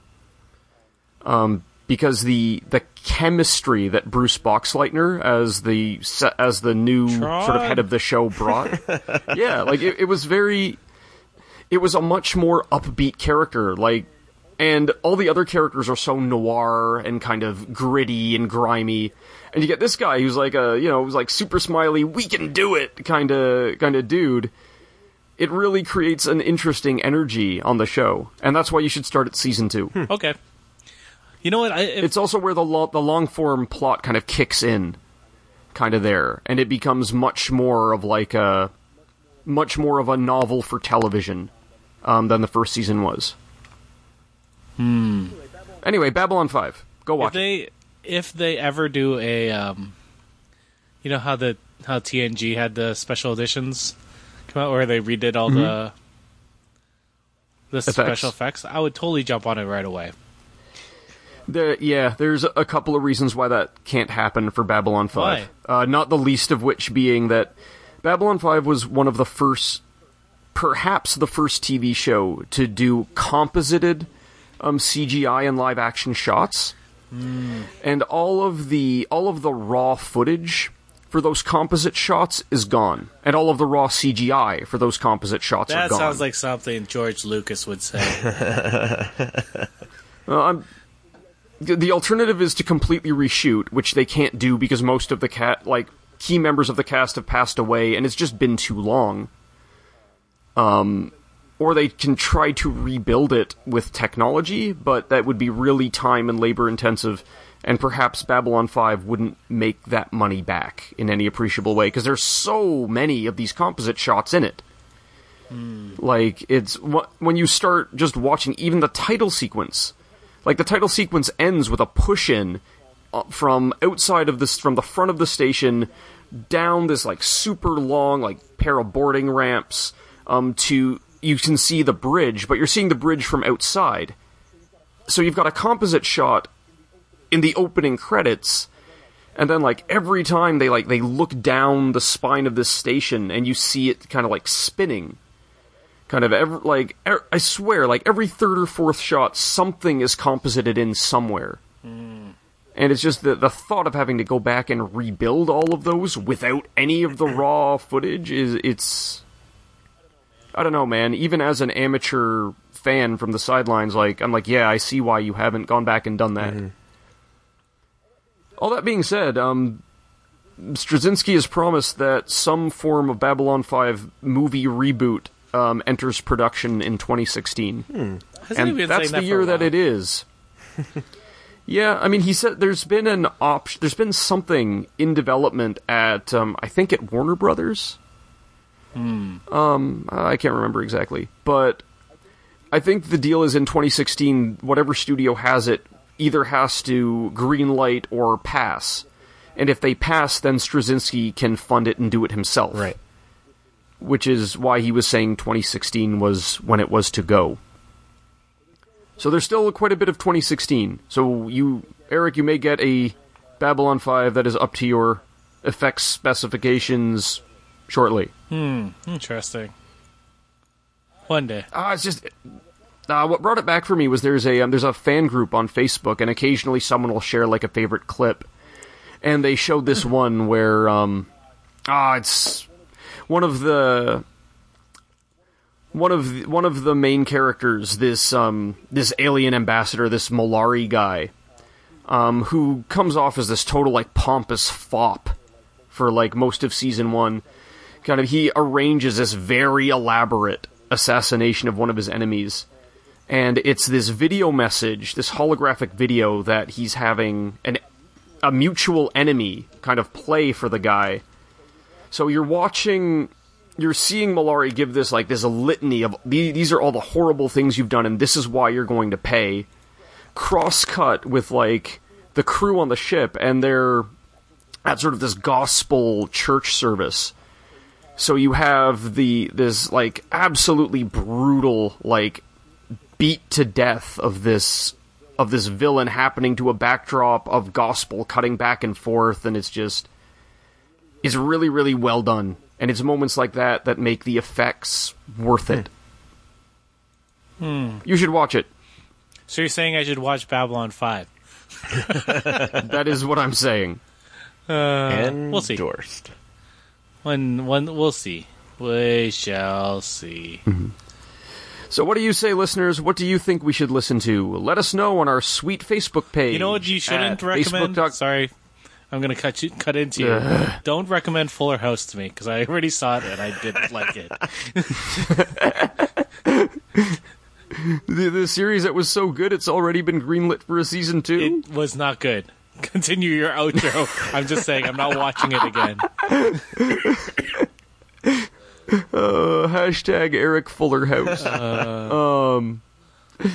Speaker 1: Um, because the the chemistry that Bruce Boxleitner as the se- as the new sort of
Speaker 2: Tron.
Speaker 1: head of the show brought, yeah, like it, it was very, it was a much more upbeat character, like. And all the other characters are so noir and kind of gritty and grimy, and you get this guy who's like a you know who's like super smiley, we can do it kind of kind of dude, it really creates an interesting energy on the show, and that's why you should start at season two.
Speaker 2: Okay. You know what? I, if,
Speaker 1: It's also where the lo- the long form plot kind of kicks in, kind of there, and it becomes much more of like a much more of a novel for television um, than the first season was. Hmm. Anyway, Babylon Five, go
Speaker 2: if
Speaker 1: watch. it.
Speaker 2: they if they ever do a um, you know how the how TNG had the special editions come out where they redid all
Speaker 1: Mm-hmm.
Speaker 2: the the special effects, I would totally jump on it right away.
Speaker 1: There, yeah, there's a couple of reasons why that can't happen for Babylon 5. Uh, not the least of which being that Babylon 5 was one of the first, perhaps the first TV show to do composited um, CGI and live action shots.
Speaker 2: Hmm.
Speaker 1: And all of the all of the raw footage for those composite shots is gone, and all of the raw CGI for those composite shots are
Speaker 2: That
Speaker 1: gone.
Speaker 2: sounds like something George Lucas would say.
Speaker 1: the- the alternative is to completely reshoot, which they can't do because most of the cat like key members of the cast have passed away, and it's just been too long. Um, or they can try to rebuild it with technology, but that would be really time and labor intensive, and perhaps Babylon Five wouldn't make that money back in any appreciable way because there's so many of these composite shots in it. Like it's wh- when you start just watching even the title sequence, like the title sequence ends with a push in uh, from outside of this from the front of the station down this like super long like pair of boarding ramps um to you can see the bridge but you're seeing the bridge from outside so you've got a composite shot in the opening credits and then like every time they like they look down the spine of this station and you see it kind of like spinning kind of ev like er, I swear, like every third or fourth shot, something is composited in somewhere. And it's just the the thought of having to go back and rebuild all of those without any of the raw footage is it's. I don't know, man. Even as an amateur fan from the sidelines, like I'm like, yeah, I see why you haven't gone back and done that. All that being said, um, Straczynski has promised that some form of Babylon 5 movie reboot um, enters production in 2016.
Speaker 2: Hasn't he
Speaker 1: And
Speaker 2: been
Speaker 1: that's
Speaker 2: saying
Speaker 1: the
Speaker 2: for a
Speaker 1: year that
Speaker 2: while?
Speaker 1: it is. yeah, I mean, he said there's been an option, there's been something in development at, um, I think, at Warner Brothers.
Speaker 2: Hmm.
Speaker 1: Um, I can't remember exactly, but I think the deal is in 2016, whatever studio has it either has to greenlight or pass. And if they pass, then Straczynski can fund it and do it himself.
Speaker 3: Right.
Speaker 1: Which is why he was saying 2016 was when it was to go. So there's still quite a bit of 2016. So you, Eric, you may get a Babylon 5 that is up to your effects specifications shortly.
Speaker 2: Interesting. One day.
Speaker 1: Ah, it's just. Uh, what brought it back for me was there's a um, there's a fan group on Facebook, and occasionally someone will share like a favorite clip, and they showed this one where um, ah, it's one of the one of the, one of the main characters, this um, this alien ambassador, this Molari guy, um, who comes off as this total like pompous fop for like most of season one. Kind of, he arranges this very elaborate assassination of one of his enemies, and it's this video message, this holographic video that he's having an a mutual enemy kind of play for the guy. So you're watching you're seeing Malari give this like this litany of "The- these are all the horrible things you've done and this is why you're going to pay. Cross cut with like the crew on the ship and they're at sort of this gospel church service. So you have the this like absolutely brutal like beat to death of this of this villain happening to a backdrop of gospel cutting back and forth and it's just is really really well done and it's moments like that that make the effects worth it
Speaker 2: Hmm.
Speaker 1: you should watch it
Speaker 2: So you're saying I should watch Babylon 5?
Speaker 1: that is what i'm saying Uh,
Speaker 3: and
Speaker 2: Uh, we'll see.
Speaker 3: endorsed.
Speaker 2: One, one, we'll see. We shall see.
Speaker 1: so what do you say listeners what do you think we should listen to let us know on our sweet facebook page
Speaker 2: You know what you shouldn't
Speaker 1: at
Speaker 2: recommend?
Speaker 1: facebook.com
Speaker 2: Sorry, I'm gonna cut you cut into you. Don't recommend Fuller House to me because I already saw it and I didn't like it.
Speaker 1: the, the series that was so good it's already been greenlit for a season two
Speaker 2: It was not good. Continue your outro. I'm just saying I'm not watching it again.
Speaker 1: uh, hashtag eric fuller house Um,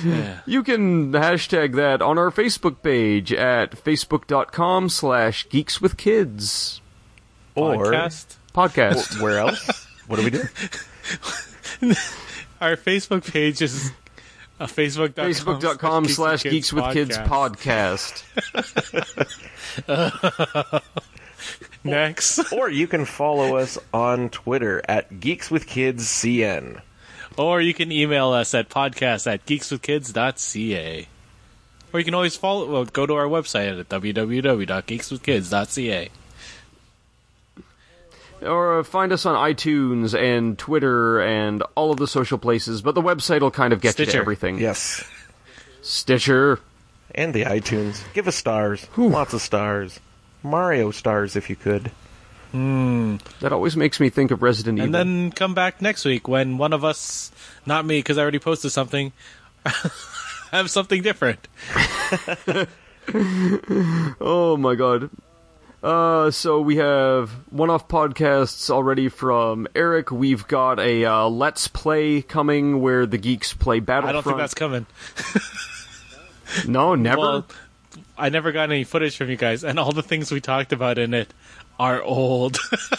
Speaker 2: Yeah.
Speaker 1: You can hashtag that on our Facebook page at facebook.com slash geeks with kids
Speaker 3: Or
Speaker 2: Podcast.
Speaker 1: podcast.
Speaker 3: where else? What do we do?
Speaker 2: Our Facebook page is uh, facebook.com,
Speaker 1: Facebook.com slash geeks with kids
Speaker 2: podcast.
Speaker 1: podcast.
Speaker 2: Next.
Speaker 3: Or you can follow us on Twitter at Geeks with Kids CN.
Speaker 2: Or you can email us at podcast at geekswithkids.ca. Or you can always follow, well, go to our website at www.geekswithkids.ca.
Speaker 1: Or uh, find us on iTunes and Twitter and all of the social places, but the website will kind of get you to
Speaker 2: Stitcher.
Speaker 1: everything.
Speaker 3: Yes.
Speaker 1: Stitcher.
Speaker 3: And the iTunes. Give us stars. Lots of stars. Mario stars if you could.
Speaker 1: That always makes me think of Resident
Speaker 2: And
Speaker 1: Evil.
Speaker 2: then come back next week when one of us, not me, because I already posted something, have something different.
Speaker 1: Oh my god. Uh, so we have one-off podcasts already from Eric. We've got a uh, Let's Play coming where the geeks play Battlefront.
Speaker 2: I don't think that's coming.
Speaker 1: No, never.
Speaker 2: Well, I never got any footage from you guys, and all the things we talked about in it are old.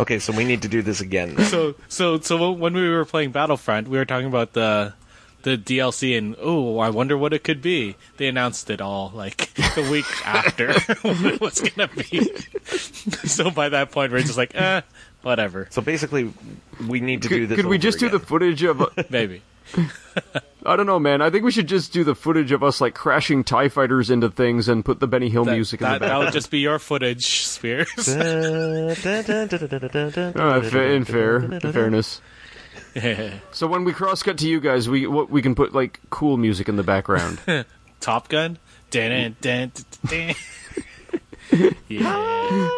Speaker 3: Okay, so we need to do this again.
Speaker 2: so so so when we were playing Battlefront, we were talking about the the DLC and oh, I wonder what it could be. They announced it all like the week after what it was gonna be. so by that point, we're just like, eh, whatever,
Speaker 3: So basically, we need to do
Speaker 1: could,
Speaker 3: this.
Speaker 1: could we
Speaker 3: over
Speaker 1: just do
Speaker 3: again.
Speaker 1: the footage of?
Speaker 2: maybe.
Speaker 1: I don't know, man. I think we should just do the footage of us like crashing Tie Fighters into things and put the Benny Hill
Speaker 2: That,
Speaker 1: music in
Speaker 2: that,
Speaker 1: the
Speaker 2: that
Speaker 1: back.
Speaker 2: would just be your footage, Spears.
Speaker 1: Uh, fa- in fair, in fairness. So when we cross cut to you guys, we what, we can put like cool music in the background.
Speaker 2: Top Gun. Dun, dun, dun, dun, dun. yeah,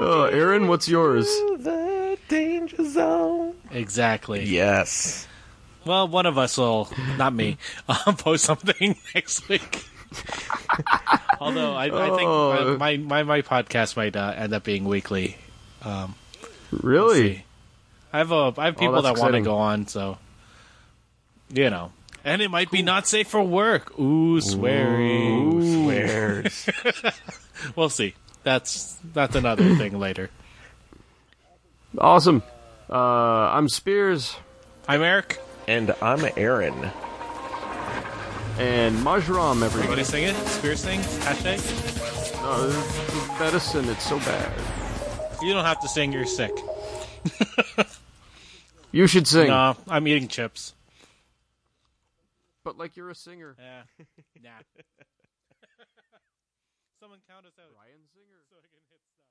Speaker 1: Oh, Aaron, what's yours?
Speaker 3: The danger zone.
Speaker 2: exactly.
Speaker 3: Yes.
Speaker 2: Well, one of us will, not me, I'll post something next week. Although I, I think
Speaker 1: Oh.
Speaker 2: my, my my podcast might uh, end up being weekly. We'll
Speaker 1: Really?
Speaker 2: see. I have a I have people
Speaker 1: Oh, that's
Speaker 2: that want to
Speaker 1: exciting.
Speaker 2: go on, so you know, and it might be not safe for work. Ooh, swearing.
Speaker 3: Swears.
Speaker 2: We'll see. That's that's another thing later.
Speaker 1: Awesome. Uh, I'm Spears.
Speaker 2: I'm Eric.
Speaker 3: and I'm Aaron.
Speaker 1: and Majram,
Speaker 2: You want
Speaker 1: everybody.
Speaker 2: to sing it? Spear sing? Hashtag?
Speaker 1: No, this is medicine, it's so bad.
Speaker 2: You don't have to sing, you're sick.
Speaker 1: You should sing.
Speaker 2: No, I'm eating chips.
Speaker 1: But like you're a singer.
Speaker 2: Yeah. nah. Someone count us out
Speaker 1: Ryan Singer.
Speaker 2: so I can hit stop.